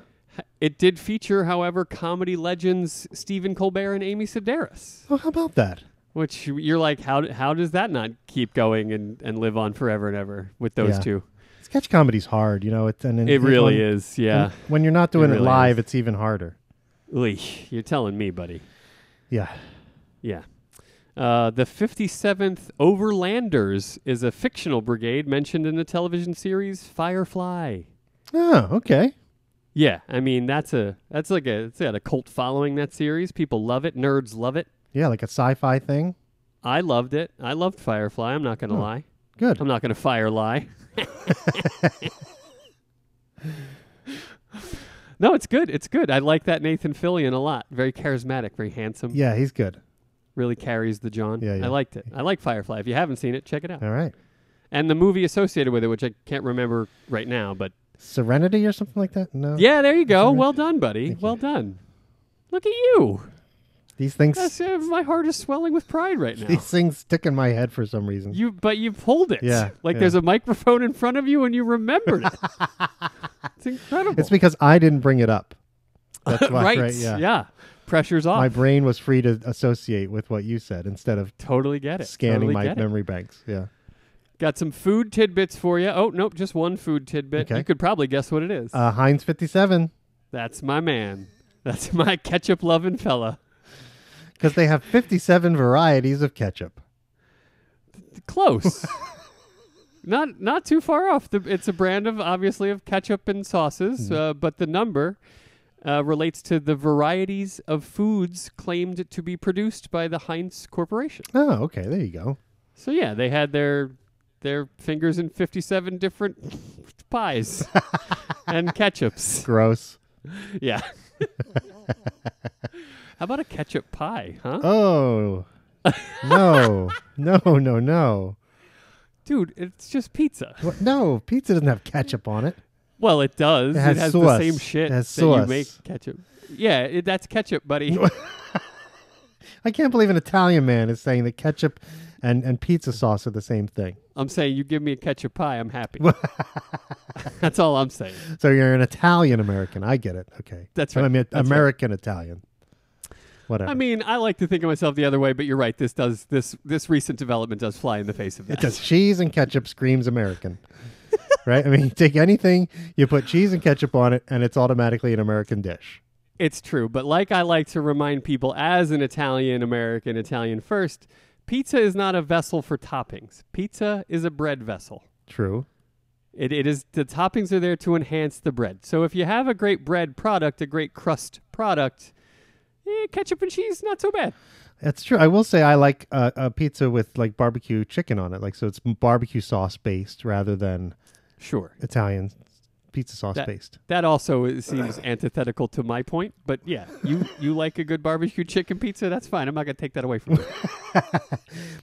Speaker 2: It did feature, however, comedy legends Stephen Colbert and Amy Sedaris,
Speaker 1: Well, how about that?
Speaker 2: which you're like, how how does that not keep going and, and live on forever and ever with those
Speaker 1: Yeah.
Speaker 2: two?
Speaker 1: Sketch comedy's hard, you know. It's and, and
Speaker 2: It really
Speaker 1: when-
Speaker 2: is, yeah.
Speaker 1: when- When you're not doing it,
Speaker 2: really
Speaker 1: live,
Speaker 2: is.
Speaker 1: it's even harder.
Speaker 2: Eesh, you're telling me, buddy.
Speaker 1: Yeah.
Speaker 2: Yeah. Uh, the 57th Overlanders is a fictional brigade mentioned in the television series Firefly.
Speaker 1: Oh, okay.
Speaker 2: Yeah, I mean that's a that's like a it's got a cult following that series. People love it. Nerds love it.
Speaker 1: Yeah, like a sci-fi thing.
Speaker 2: I loved it. I loved Firefly. I'm not gonna lie.
Speaker 1: Oh, Good.
Speaker 2: I'm not gonna fire
Speaker 1: [laughs]
Speaker 2: lie. no, it's good. It's good. I like that Nathan Fillion a lot. Very charismatic. Very handsome.
Speaker 1: yeah, he's good.
Speaker 2: really carries the John.
Speaker 1: Yeah, yeah.
Speaker 2: I liked it. I like Firefly. If you haven't seen it, check it out.
Speaker 1: All right.
Speaker 2: And the movie associated with it, which I can't remember right now, but
Speaker 1: Serenity or something like that. No.
Speaker 2: yeah, there you go. Well done, buddy. Well done. Look at you.
Speaker 1: These things.
Speaker 2: [laughs] That's, uh, my heart is swelling with pride right now.
Speaker 1: [laughs] These things stick in my head for some reason.
Speaker 2: You, but you pulled it.
Speaker 1: Yeah,
Speaker 2: Like
Speaker 1: yeah.
Speaker 2: there's a microphone in front of you, and you remembered it.
Speaker 1: [laughs]
Speaker 2: it's incredible.
Speaker 1: it's because I didn't bring it
Speaker 2: [laughs]
Speaker 1: up. That's why.
Speaker 2: right.
Speaker 1: yeah.
Speaker 2: Pressure's off.
Speaker 1: My brain was free to associate with what you said instead of
Speaker 2: totally get it.
Speaker 1: scanning
Speaker 2: Totally
Speaker 1: my
Speaker 2: get it.
Speaker 1: memory banks. Yeah.
Speaker 2: Got some food tidbits for you. Oh nope, just one food tidbit.
Speaker 1: Okay.
Speaker 2: You could probably guess what it is.
Speaker 1: Uh, Heinz 57
Speaker 2: That's my man. That's my ketchup loving fella.
Speaker 1: because they have 57 varieties of ketchup.
Speaker 2: Close. not not too far off. The, it's a brand of obviously of ketchup and sauces, uh, but the number uh, relates to the varieties of foods claimed to be produced by the Heinz Corporation.
Speaker 1: Oh, okay. There you go.
Speaker 2: So yeah, they had their their fingers in 57 different pies and ketchups.
Speaker 1: Gross.
Speaker 2: Yeah. [laughs] How about a ketchup pie, huh?
Speaker 1: Oh.
Speaker 2: [laughs]
Speaker 1: no. No, no, no.
Speaker 2: Dude, it's just pizza.
Speaker 1: What? No, pizza doesn't have ketchup on it.
Speaker 2: Well, it does.
Speaker 1: It
Speaker 2: It
Speaker 1: has
Speaker 2: has,
Speaker 1: sauce.
Speaker 2: the same shit
Speaker 1: It has
Speaker 2: that
Speaker 1: sauce.
Speaker 2: you make ketchup. Yeah, it, that's ketchup,
Speaker 1: [laughs]
Speaker 2: buddy.
Speaker 1: I can't believe an Italian man is saying that ketchup and, and pizza sauce are the same thing.
Speaker 2: I'm saying you give me a ketchup pie, I'm happy. [laughs] that's all I'm saying.
Speaker 1: So you're an Italian American. I get it. Okay.
Speaker 2: That's
Speaker 1: I
Speaker 2: right.
Speaker 1: mean,
Speaker 2: That's right.
Speaker 1: American Italian. Whatever.
Speaker 2: I mean, I like to think of myself the other way, but you're right. This does this this recent development does fly in the face of that.
Speaker 1: it does cheese and ketchup screams American. right? I mean, you take anything, you put cheese and ketchup on it, and it's automatically an American dish.
Speaker 2: It's true, but like I like to remind people as an Italian American, Italian first, pizza is not a vessel for toppings. Pizza is a bread vessel.
Speaker 1: True.
Speaker 2: It, it is the toppings are there to enhance the bread. So if you have a great bread product, a great crust product, eh, ketchup and cheese not so bad.
Speaker 1: That's true. I will say I like uh, a pizza with like barbecue chicken on it, like so it's barbecue sauce based rather than
Speaker 2: Sure.
Speaker 1: Italian pizza sauce
Speaker 2: That-
Speaker 1: based.
Speaker 2: That also is- seems antithetical to my point, but yeah, you you like a good barbecue chicken pizza, that's fine. I'm not going to take that away from you.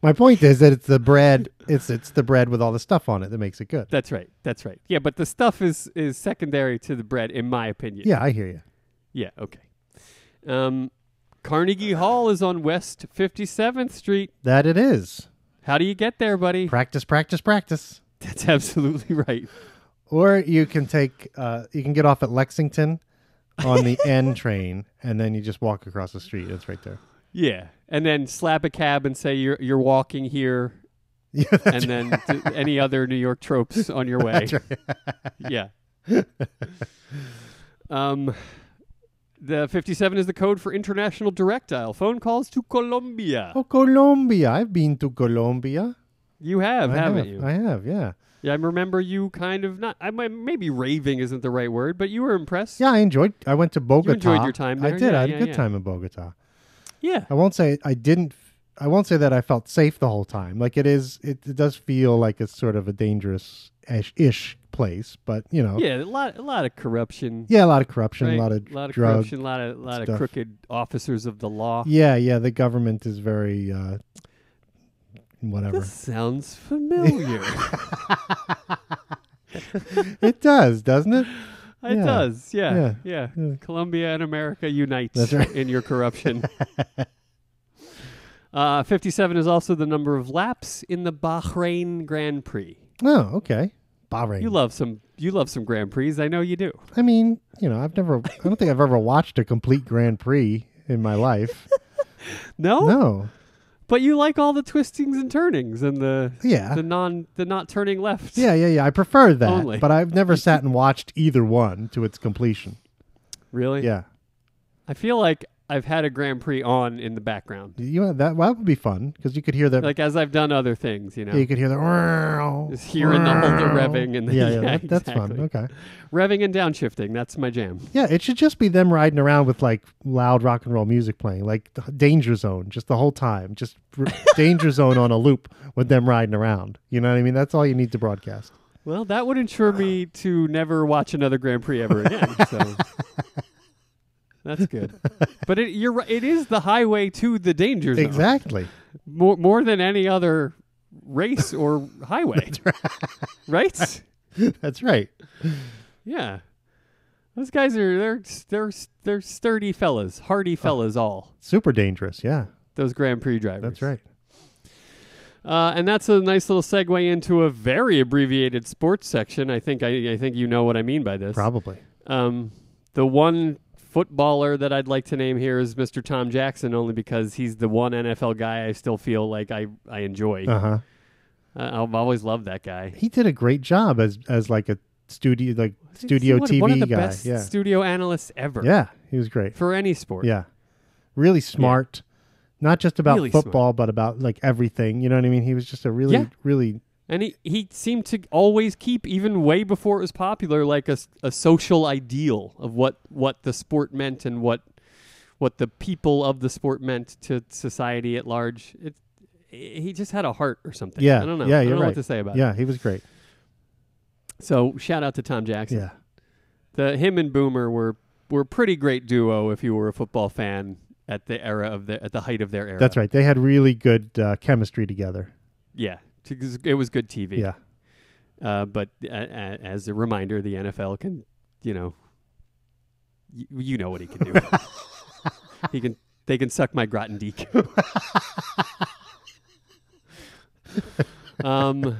Speaker 1: My point is that it's the bread. It's it's the bread with all the stuff on it that makes it good.
Speaker 2: That's right. That's right. Yeah, but the stuff is is secondary to the bread in my opinion.
Speaker 1: Yeah, I hear you.
Speaker 2: Yeah, okay. Um, Carnegie Hall is on West 57th Street.
Speaker 1: That it is.
Speaker 2: How do you get there, buddy?
Speaker 1: Practice, practice, practice.
Speaker 2: That's absolutely [laughs] right.
Speaker 1: Or you can take. Uh, you can get off at Lexington on
Speaker 2: [laughs]
Speaker 1: the N train, and then you just walk across the street. It's right there. [laughs]
Speaker 2: Yeah. And then slap a cab and say you're you're walking here
Speaker 1: Yeah,
Speaker 2: and then d- any other New York tropes on your way.
Speaker 1: [laughs]
Speaker 2: yeah. um the 57 is the code for international direct dial phone calls to Colombia.
Speaker 1: Oh, Colombia! I've been to Colombia.
Speaker 2: You have,
Speaker 1: I
Speaker 2: haven't
Speaker 1: have,
Speaker 2: you?
Speaker 1: I have. Yeah.
Speaker 2: Yeah, I remember you kind of not. I might- maybe raving isn't the right word, but you were impressed.
Speaker 1: Yeah, I enjoyed. I went to Bogota.
Speaker 2: your time
Speaker 1: I
Speaker 2: there?
Speaker 1: did.
Speaker 2: Yeah,
Speaker 1: I had
Speaker 2: yeah,
Speaker 1: a good
Speaker 2: yeah.
Speaker 1: time in Bogota.
Speaker 2: yeah,
Speaker 1: I won't say I didn't. I won't say that I felt safe the whole time. Like it is. It, it does feel like it's sort of a dangerous ish place, but you know,
Speaker 2: yeah. A lot, a lot of corruption.
Speaker 1: Yeah, a lot of corruption,
Speaker 2: right?
Speaker 1: a lot of, drug.
Speaker 2: corruption. A lot of, lot of
Speaker 1: stuff.
Speaker 2: crooked officers of the law.
Speaker 1: Yeah, yeah. The government is very uh, whatever.
Speaker 2: This
Speaker 1: [laughs]
Speaker 2: sounds familiar.
Speaker 1: it does, doesn't it?
Speaker 2: it
Speaker 1: Yeah.
Speaker 2: does. Yeah, yeah.
Speaker 1: yeah.
Speaker 2: Colombia and America unite
Speaker 1: That's right.
Speaker 2: in
Speaker 1: [laughs]
Speaker 2: your corruption. uh, Fifty-seven is also the number of laps in the Bahrain Grand Prix.
Speaker 1: Oh, okay. Bahrain.
Speaker 2: You love some. You love some Grand Prix. I know you do.
Speaker 1: I mean, you know, I've never. I don't think I've ever watched a complete Grand Prix in my
Speaker 2: [laughs]
Speaker 1: life.
Speaker 2: No,
Speaker 1: no.
Speaker 2: But you like all the twistings and turnings and the
Speaker 1: Yeah.
Speaker 2: the non the not turning left.
Speaker 1: Yeah, yeah, yeah. I prefer that,
Speaker 2: Only.
Speaker 1: but I've never sat and watched either one to its completion.
Speaker 2: Really?
Speaker 1: Yeah,
Speaker 2: I feel like I've had a Grand Prix on in the background.
Speaker 1: you know, that that would be fun because you could hear that.
Speaker 2: Like as I've done other things, you know.
Speaker 1: you could hear the.
Speaker 2: [laughs] Just hearing
Speaker 1: [laughs]
Speaker 2: the whole- the revving and the-
Speaker 1: yeah, yeah,
Speaker 2: yeah,
Speaker 1: that- that's fun.
Speaker 2: exactly.
Speaker 1: Okay.
Speaker 2: Revving and downshifting, that's my jam.
Speaker 1: Yeah, it should just be them riding around with like loud rock and roll music playing, like Danger Zone, just the whole time, just r- [laughs] Danger Zone on a loop with them riding around. You know what I mean? That's all you need to broadcast.
Speaker 2: Well, that would ensure me to never watch another Grand Prix ever again.
Speaker 1: [laughs]
Speaker 2: so that's good. But it, you're right. It is the highway to the danger zone.
Speaker 1: Exactly.
Speaker 2: More more than any other race or highway. [laughs] right?
Speaker 1: That's right.
Speaker 2: Yeah. Those guys are they're they're they're sturdy fellas,
Speaker 1: Oh.
Speaker 2: hardy fellas all.
Speaker 1: Super dangerous. Yeah,
Speaker 2: Those Grand Prix drivers.
Speaker 1: that's right.
Speaker 2: Uh, and that's a nice little segue into a very abbreviated sports section. I think I, I think you know what I mean by this.
Speaker 1: Probably.
Speaker 2: Um, the one footballer that I'd like to name here is Mr. Tom Jackson, only because he's the one NFL guy I still feel like I I enjoy.
Speaker 1: Uh huh.
Speaker 2: I, I've always loved that guy.
Speaker 1: He did a great job as as like a studio like studio
Speaker 2: He's
Speaker 1: TV
Speaker 2: one, one of the
Speaker 1: guy.
Speaker 2: best
Speaker 1: yeah.
Speaker 2: studio analysts ever.
Speaker 1: yeah, he was great.
Speaker 2: For any sport.
Speaker 1: Yeah. Really smart. Not just about
Speaker 2: Really smart.
Speaker 1: football, but about like everything. You know what I mean? He was just a really,
Speaker 2: Yeah.
Speaker 1: really
Speaker 2: And he, he seemed to always keep, even way before it was popular, like a, s- a social ideal of what, what the sport meant and what what the people of the sport meant to society at large. It, he just had a heart or something.
Speaker 1: Yeah,
Speaker 2: I don't know.
Speaker 1: yeah,
Speaker 2: I
Speaker 1: you're
Speaker 2: don't know
Speaker 1: right.
Speaker 2: what to say about
Speaker 1: yeah. He was great.
Speaker 2: it. So shout out to Tom Jackson.
Speaker 1: Yeah.
Speaker 2: The him and Boomer were were a pretty great duo if you were a football fan at the era of the at the height of their era.
Speaker 1: That's right. They had really good uh, chemistry together.
Speaker 2: Yeah. It was good TV.
Speaker 1: Yeah. [laughs]
Speaker 2: Uh, but a a as a reminder, the NFL can, you know, y- you know what he can
Speaker 1: [laughs]
Speaker 2: do. he can. They can suck my gratin deek. [laughs] um,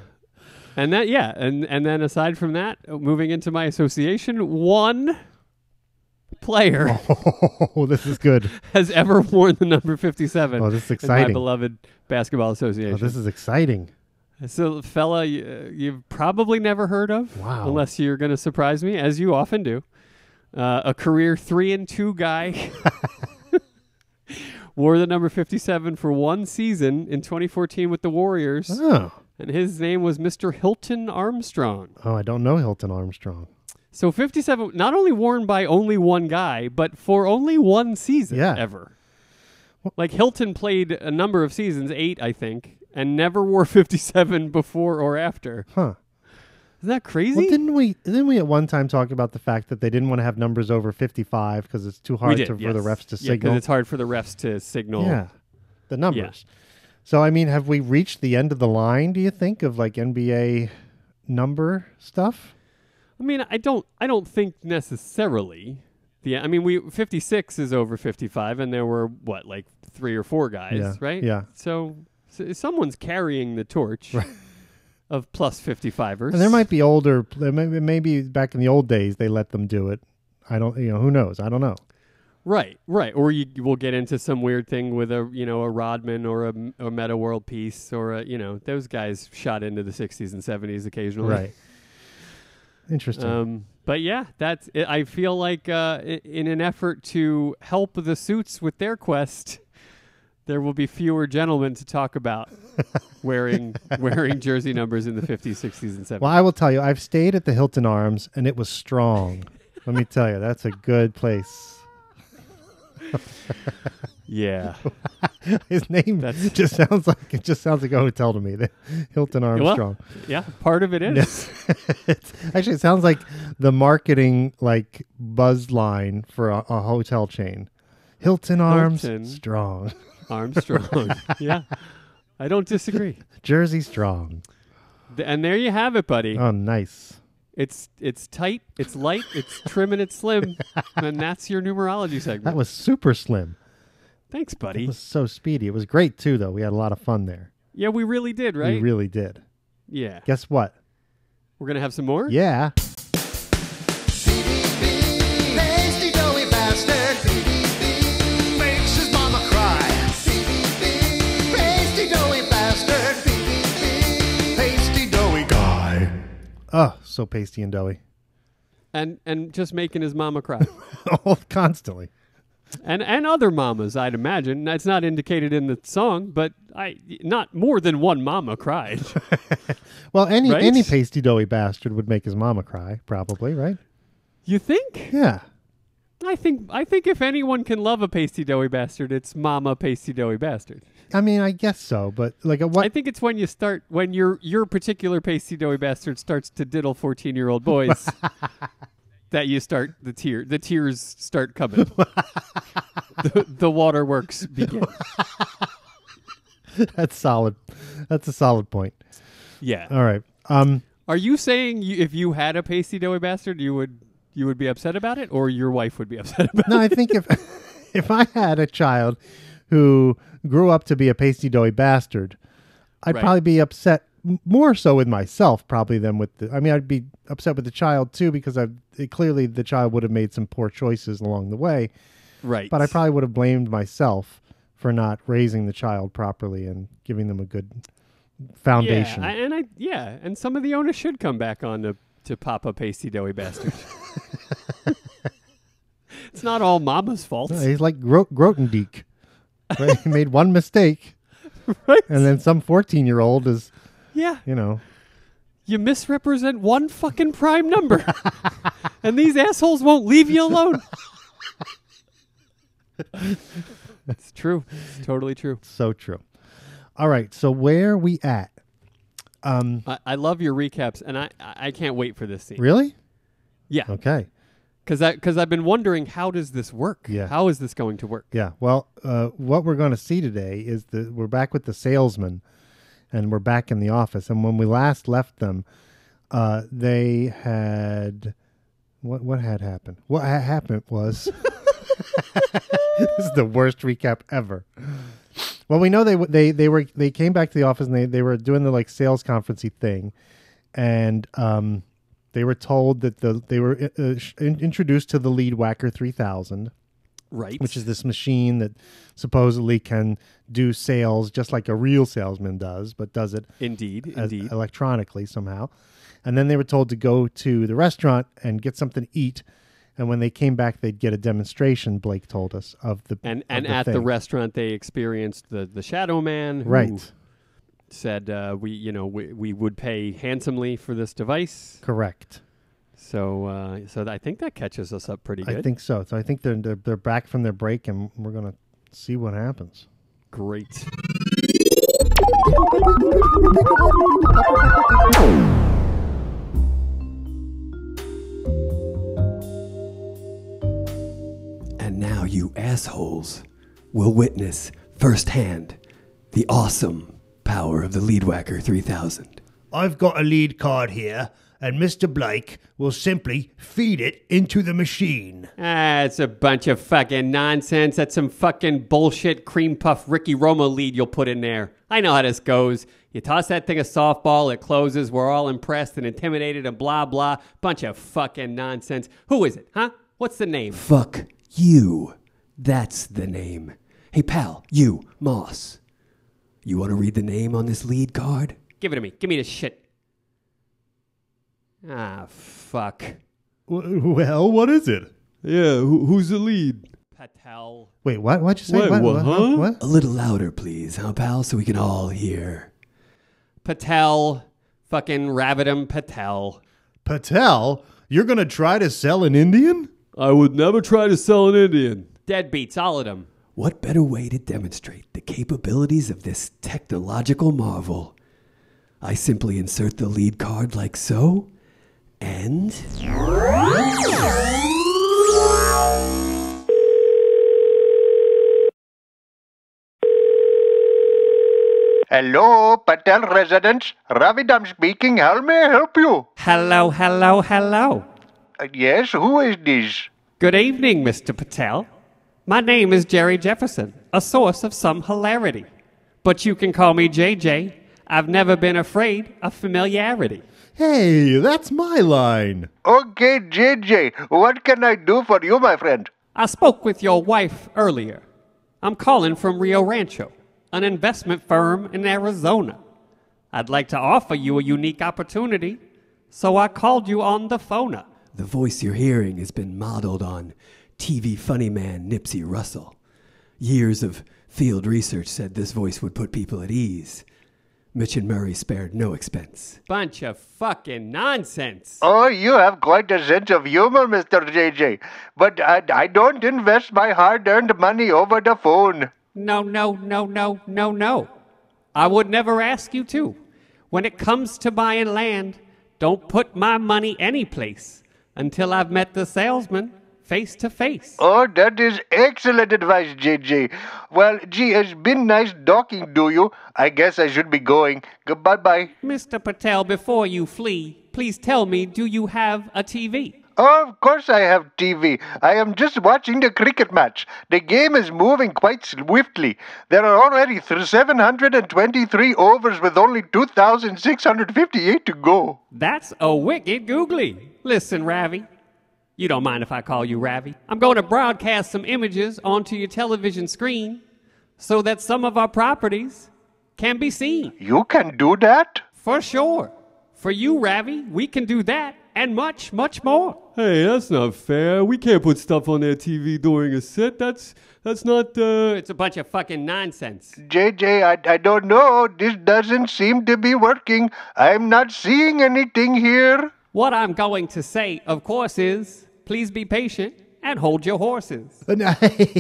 Speaker 2: and that yeah, and and then aside from that, uh, moving into my association one player
Speaker 1: Oh, this is
Speaker 2: [laughs]
Speaker 1: good.
Speaker 2: has ever worn the number 57
Speaker 1: Oh, this is
Speaker 2: in my
Speaker 1: exciting.
Speaker 2: beloved basketball association.
Speaker 1: Oh, this is exciting.
Speaker 2: so, fella, you, you've probably never heard of,
Speaker 1: Wow.
Speaker 2: unless you're going to surprise me, as you often do. Uh, a career three and two
Speaker 1: [laughs]
Speaker 2: guy wore the number 57 for one season in 2014 with the Warriors,
Speaker 1: Oh,
Speaker 2: and his name was Mr. Hilton Armstrong.
Speaker 1: oh, I don't know Hilton Armstrong.
Speaker 2: So 57, not only worn by only one guy, but for only one season
Speaker 1: Yeah.
Speaker 2: ever. Like Hilton played a number of seasons, eight, I think, and never wore 57 before or after.
Speaker 1: Huh.
Speaker 2: Isn't that crazy?
Speaker 1: Well, didn't we didn't we at one time talk about the fact that they didn't want to have numbers over 55 because it's too
Speaker 2: we
Speaker 1: hard
Speaker 2: did,
Speaker 1: to,
Speaker 2: yes.
Speaker 1: for the refs to
Speaker 2: Yeah, 'cause
Speaker 1: signal?
Speaker 2: it's hard for the refs to signal.
Speaker 1: Yeah, the numbers. So I mean, have we reached the end of the line? Do you think of like NBA number stuff?
Speaker 2: I mean, I don't, I don't think necessarily. The, I mean, we 56 is over 55, and there were what, like three or four guys,
Speaker 1: Yeah,
Speaker 2: right?
Speaker 1: yeah.
Speaker 2: So, so someone's carrying the torch [laughs] of plus 55ers.
Speaker 1: And there might be older. There may, maybe back in the old days they let them do it. I don't. You know who knows? I don't know.
Speaker 2: Right, right. Or you will get into some weird thing with a you know a Rodman or a, a Meta World Peace or a you know those guys shot into the '60s and '70s occasionally.
Speaker 1: Right. Interesting.
Speaker 2: Um, but yeah, that's. It, I feel like uh, i- in an effort to help the suits with their quest, there will be fewer gentlemen to
Speaker 1: [laughs]
Speaker 2: talk about wearing wearing jersey numbers in the '50s, '60s, and '70s.
Speaker 1: well, I will tell you. I've stayed at the Hilton Arms, and it was strong. Let me tell you, that's a good place. [laughs]
Speaker 2: Yeah.
Speaker 1: His name
Speaker 2: That's-
Speaker 1: [laughs] just sounds like it just sounds like a hotel to me. [laughs] The Hilton Armstrong. [laughs]
Speaker 2: Well, yeah. Part of it is.
Speaker 1: It's- actually, it sounds like the marketing like buzz line for a, a hotel chain. Hilton Arms
Speaker 2: Hilton.
Speaker 1: Strong,
Speaker 2: Armstrong. yeah. I don't disagree.
Speaker 1: [laughs] Jersey Strong.
Speaker 2: Th- And there you have it, buddy.
Speaker 1: Oh, nice.
Speaker 2: it's it's tight, it's light, it's trim, and it's slim. and that's your numerology
Speaker 1: That
Speaker 2: segment.
Speaker 1: was super slim.
Speaker 2: Thanks,
Speaker 1: It
Speaker 2: buddy.
Speaker 1: was so speedy. It was great too, though. We had a lot of fun there.
Speaker 2: Yeah, we really did,
Speaker 1: We
Speaker 2: right?
Speaker 1: really did.
Speaker 2: yeah.
Speaker 1: Guess what?
Speaker 2: We're gonna have some more.
Speaker 1: Yeah.
Speaker 3: CDB, nasty doughy bastard. CDB makes his mama cry. CDB, nasty doughy bastard. CDB, pasty doughy guy.
Speaker 1: Oh, so pasty and doughy. [laughs]
Speaker 2: And and just making his mama cry,
Speaker 1: Oh, constantly.
Speaker 2: and and other mamas, I'd imagine. That's not indicated in the song, but I not more than one mama cried.
Speaker 1: Well, any
Speaker 2: Right?
Speaker 1: any pasty doughy bastard would make his mama cry, probably, right?
Speaker 2: you think?
Speaker 1: Yeah.
Speaker 2: I think I think if anyone can love a pasty doughy bastard, it's mama pasty doughy bastard.
Speaker 1: I mean, I guess so, but like, at
Speaker 2: I
Speaker 1: what?
Speaker 2: think it's when you start when your your particular pasty doughy bastard starts to diddle fourteen year old boys that you start the tear the tears start coming. the, the waterworks begin.
Speaker 1: That's solid. That's a solid point.
Speaker 2: Yeah.
Speaker 1: All right. Um,
Speaker 2: Are you saying you, if you had a pasty doughy bastard, you would you would be upset about it, or your wife would be [laughs] upset about it?
Speaker 1: no, I think if [laughs] if I had a child who grew up to be a pasty doughy bastard, I'd
Speaker 2: Right.
Speaker 1: probably be upset m- more so with myself probably than with the. I mean, I'd be upset with the child too because I clearly the child would have made some poor choices along the way,
Speaker 2: Right.
Speaker 1: but I probably would have blamed myself for not raising the child properly and giving them a good foundation.
Speaker 2: Yeah, I- and I yeah, and some of the onus should come back on to to Papa Pasty Doughy
Speaker 1: [laughs]
Speaker 2: Bastard. it's not all Mama's fault,
Speaker 1: No, he's like Gro- Grotendieck. Right? he made one mistake,
Speaker 2: right?
Speaker 1: and then some fourteen-year-old is,
Speaker 2: yeah,
Speaker 1: you know,
Speaker 2: you misrepresent one fucking
Speaker 1: [laughs]
Speaker 2: prime number, and these assholes won't leave you alone. it's true. It's totally true.
Speaker 1: so true. All right, so where we at? Um,
Speaker 2: I, I love your recaps, and I I I can't wait for this scene.
Speaker 1: really?
Speaker 2: Yeah,
Speaker 1: Okay,
Speaker 2: because I because I've been wondering how does this work?
Speaker 1: Yeah.
Speaker 2: how is this going to work?
Speaker 1: yeah. Well, uh, what we're going to see today is that we're back with the salesman, and we're back in the office. And when we last left them, uh, they had what? What had happened? What ha- happened was [laughs] this is the worst recap ever. Well, we know they they they were they came back to the office and they they were doing the like sales conferencey thing, and um, They were told that the they were uh, sh- in- introduced to the Lead Whacker 3000,
Speaker 2: Right.
Speaker 1: which is this machine that supposedly can do sales just like a real salesman does, but does it
Speaker 2: indeed,
Speaker 1: uh,
Speaker 2: indeed.
Speaker 1: electronically somehow. And then they were told to go to the restaurant and get something to eat. And when they came back, they'd get a demonstration. Blake told us of the
Speaker 2: and
Speaker 1: of
Speaker 2: and at the
Speaker 1: thing.
Speaker 2: restaurant they experienced the the shadow man who
Speaker 1: right,
Speaker 2: said uh, we you know we, we would pay handsomely for this device
Speaker 1: correct.
Speaker 2: so uh, so I think that catches us up pretty good
Speaker 1: I think so. So I think they're, they're they're back from their break, and we're gonna see what happens.
Speaker 2: great and now you assholes will witness firsthand the awesome power of the Leadwacker 3000
Speaker 1: I've got a lead card here, and Mr. Blake will simply feed it into the machine.
Speaker 2: Ah, it's a bunch of fucking nonsense. That's some fucking bullshit cream puff Ricky Romo lead you'll put in there. I know how this goes. You toss that thing a softball, it closes. We're all impressed and intimidated and blah blah. Bunch of fucking nonsense. Who is it, huh? What's the name? Fuck you. That's the name. Hey, pal, you, Moss. You want to read the name on this lead card? Give it to me. Give me the shit. Ah, fuck.
Speaker 1: W- well, what is it?
Speaker 4: Yeah, who, who's the lead?
Speaker 2: Patel.
Speaker 1: Wait, what? What'd you say?
Speaker 4: Wait,
Speaker 1: what?
Speaker 4: what, huh?
Speaker 1: what?
Speaker 2: A little louder, please, huh, pal, so we can all hear. Patel, fucking Ravidam Patel.
Speaker 1: Patel, you're gonna try to sell an Indian?
Speaker 4: I would never try to sell an Indian.
Speaker 2: Deadbeats, all of them. What better way to demonstrate the capabilities of this technological marvel? I simply insert the lead card like so, and.
Speaker 3: Hello, Patel residents. Ravidam speaking. How may I help you?
Speaker 2: Hello, hello, hello.
Speaker 3: Uh, yes, who is this?
Speaker 2: Good evening, Mr. Patel. My name is Jerry Jefferson, a source of some hilarity. But you can call me JJ. I've never been afraid of familiarity.
Speaker 1: Hey, that's my line.
Speaker 5: [laughs]
Speaker 3: Okay, JJ, what can I do for you, my friend?
Speaker 2: I spoke with your wife earlier. I'm calling from Rio Rancho, an investment firm in Arizona. I'd like to offer you a unique opportunity, so I called you on the phone. The voice you're hearing has been modeled on TV funny man Nipsey Russell. Years of field research said this voice would put people at ease. Mitch and Murray spared no expense. Bunch of fucking nonsense.
Speaker 3: Oh, you have quite a sense of humor, Mr. JJ. But I, I don't invest my hard earned money over the phone.
Speaker 2: No, no, no, no, no, no. I would never ask you to. When it comes to buying land, don't put my money anyplace until I've met the salesman face to face.
Speaker 3: Oh, that is excellent advice, JJ. Well, gee, it's been nice talking to you. I guess I should be going. Goodbye bye.
Speaker 2: Mr. Patel, before you flee, please tell me do you have a TV?
Speaker 3: Oh, of course I have TV. I am just watching the cricket match. The game is moving quite swiftly. There are already th- 723 overs with only 2,658 to go.
Speaker 2: That's a wicked googly. Listen, Ravi. You don't mind if I call you Ravi? I'm going to broadcast some images onto your television screen so that some of our properties can be seen.
Speaker 3: You can do that?
Speaker 2: For sure. For you, Ravi, we can do that and much, much more.
Speaker 4: Hey, that's not fair. We can't put stuff on their TV during a set. That's that's not uh
Speaker 2: It's a bunch of fucking nonsense.
Speaker 3: JJ, I, I don't know. This doesn't seem to be working. I'm not seeing anything here.
Speaker 2: What I'm going to say, of course, is please be patient and hold your horses.
Speaker 1: But now,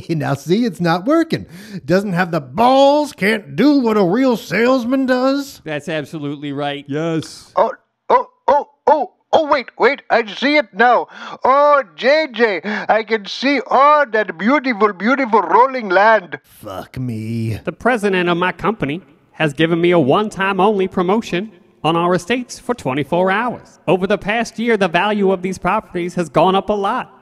Speaker 1: now see, it's not working. Doesn't have the balls, can't do what a real salesman does.
Speaker 2: That's absolutely right.
Speaker 4: yes.
Speaker 3: Oh, oh, oh, oh. Oh, wait, wait, I see it now. Oh, JJ, I can see all that beautiful, beautiful rolling land.
Speaker 1: Fuck me.
Speaker 2: The president of my company has given me a one time only promotion on our estates for 24 hours. Over the past year, the value of these properties has gone up a lot.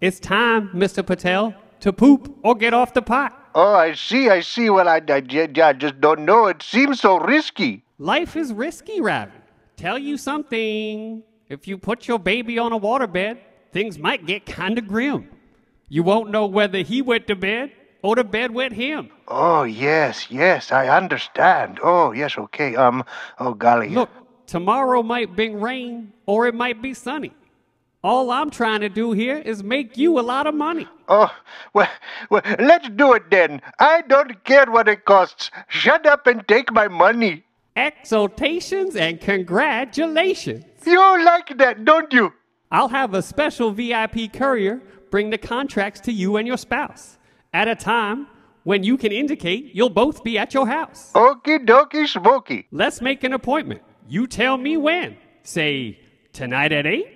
Speaker 2: It's time, Mr. Patel, to poop or get off the pot.
Speaker 3: Oh, I see, I see. Well, I, I, j- I just don't know. It seems so risky.
Speaker 2: Life is risky, Ravi. Tell you something, If you put your baby on a waterbed, things might get kind of grim. You won't know whether he went to bed or the bed went him.
Speaker 3: Oh, yes, yes, I understand. Oh, yes, okay. Um, oh, golly.
Speaker 2: Look, tomorrow might bring rain or it might be sunny. All I'm trying to do here is make you a lot of money.
Speaker 3: Oh, well, well, let's do it then. I don't care what it costs. Shut up and take my money.
Speaker 2: Exaltations and congratulations.
Speaker 3: You like that, don't you?
Speaker 2: I'll have a special VIP courier bring the contracts to you and your spouse at a time when you can indicate you'll both be at your house.
Speaker 3: Okie dokie smoky.
Speaker 2: Let's make an appointment. You tell me when. Say tonight at 8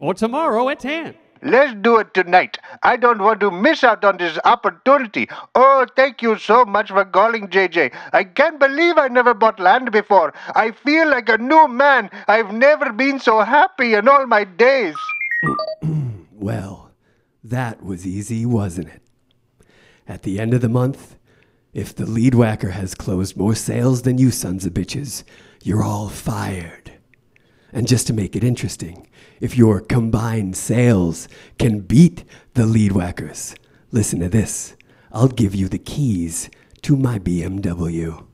Speaker 2: or tomorrow at 10.
Speaker 3: Let's do it tonight. I don't want to miss out on this opportunity. Oh, thank you so much for calling, JJ. I can't believe I never bought land before. I feel like a new man. I've never been so happy in all my days.
Speaker 6: Well, that was easy, wasn't it? At the end of the month, if the lead whacker has closed more sales than you sons of bitches, you're all fired. And just to make it interesting, if your combined sales can beat the lead whackers, listen to this. I'll give you the keys to my BMW.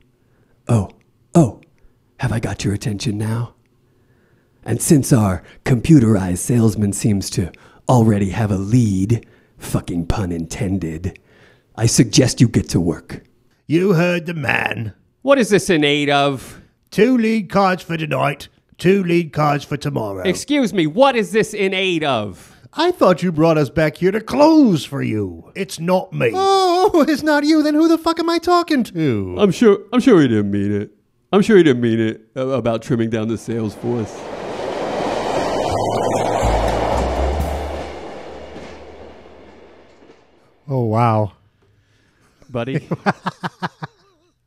Speaker 6: Oh, oh, have I got your attention now? And since our computerized salesman seems to already have a lead, fucking pun intended, I suggest you get to work.
Speaker 5: You heard the man.
Speaker 2: What is this in aid of?
Speaker 5: Two lead cards for tonight, two lead cards for tomorrow.
Speaker 2: Excuse me, what is this in aid of?
Speaker 5: I thought you brought us back here to close for you. It's not me. Oh, it's not you. Then who the fuck am I talking to?
Speaker 6: I'm sure I'm sure he didn't mean it. I'm sure he didn't mean it a- about trimming down the sales force.
Speaker 5: oh, wow. [laughs]
Speaker 6: [laughs]
Speaker 2: buddy.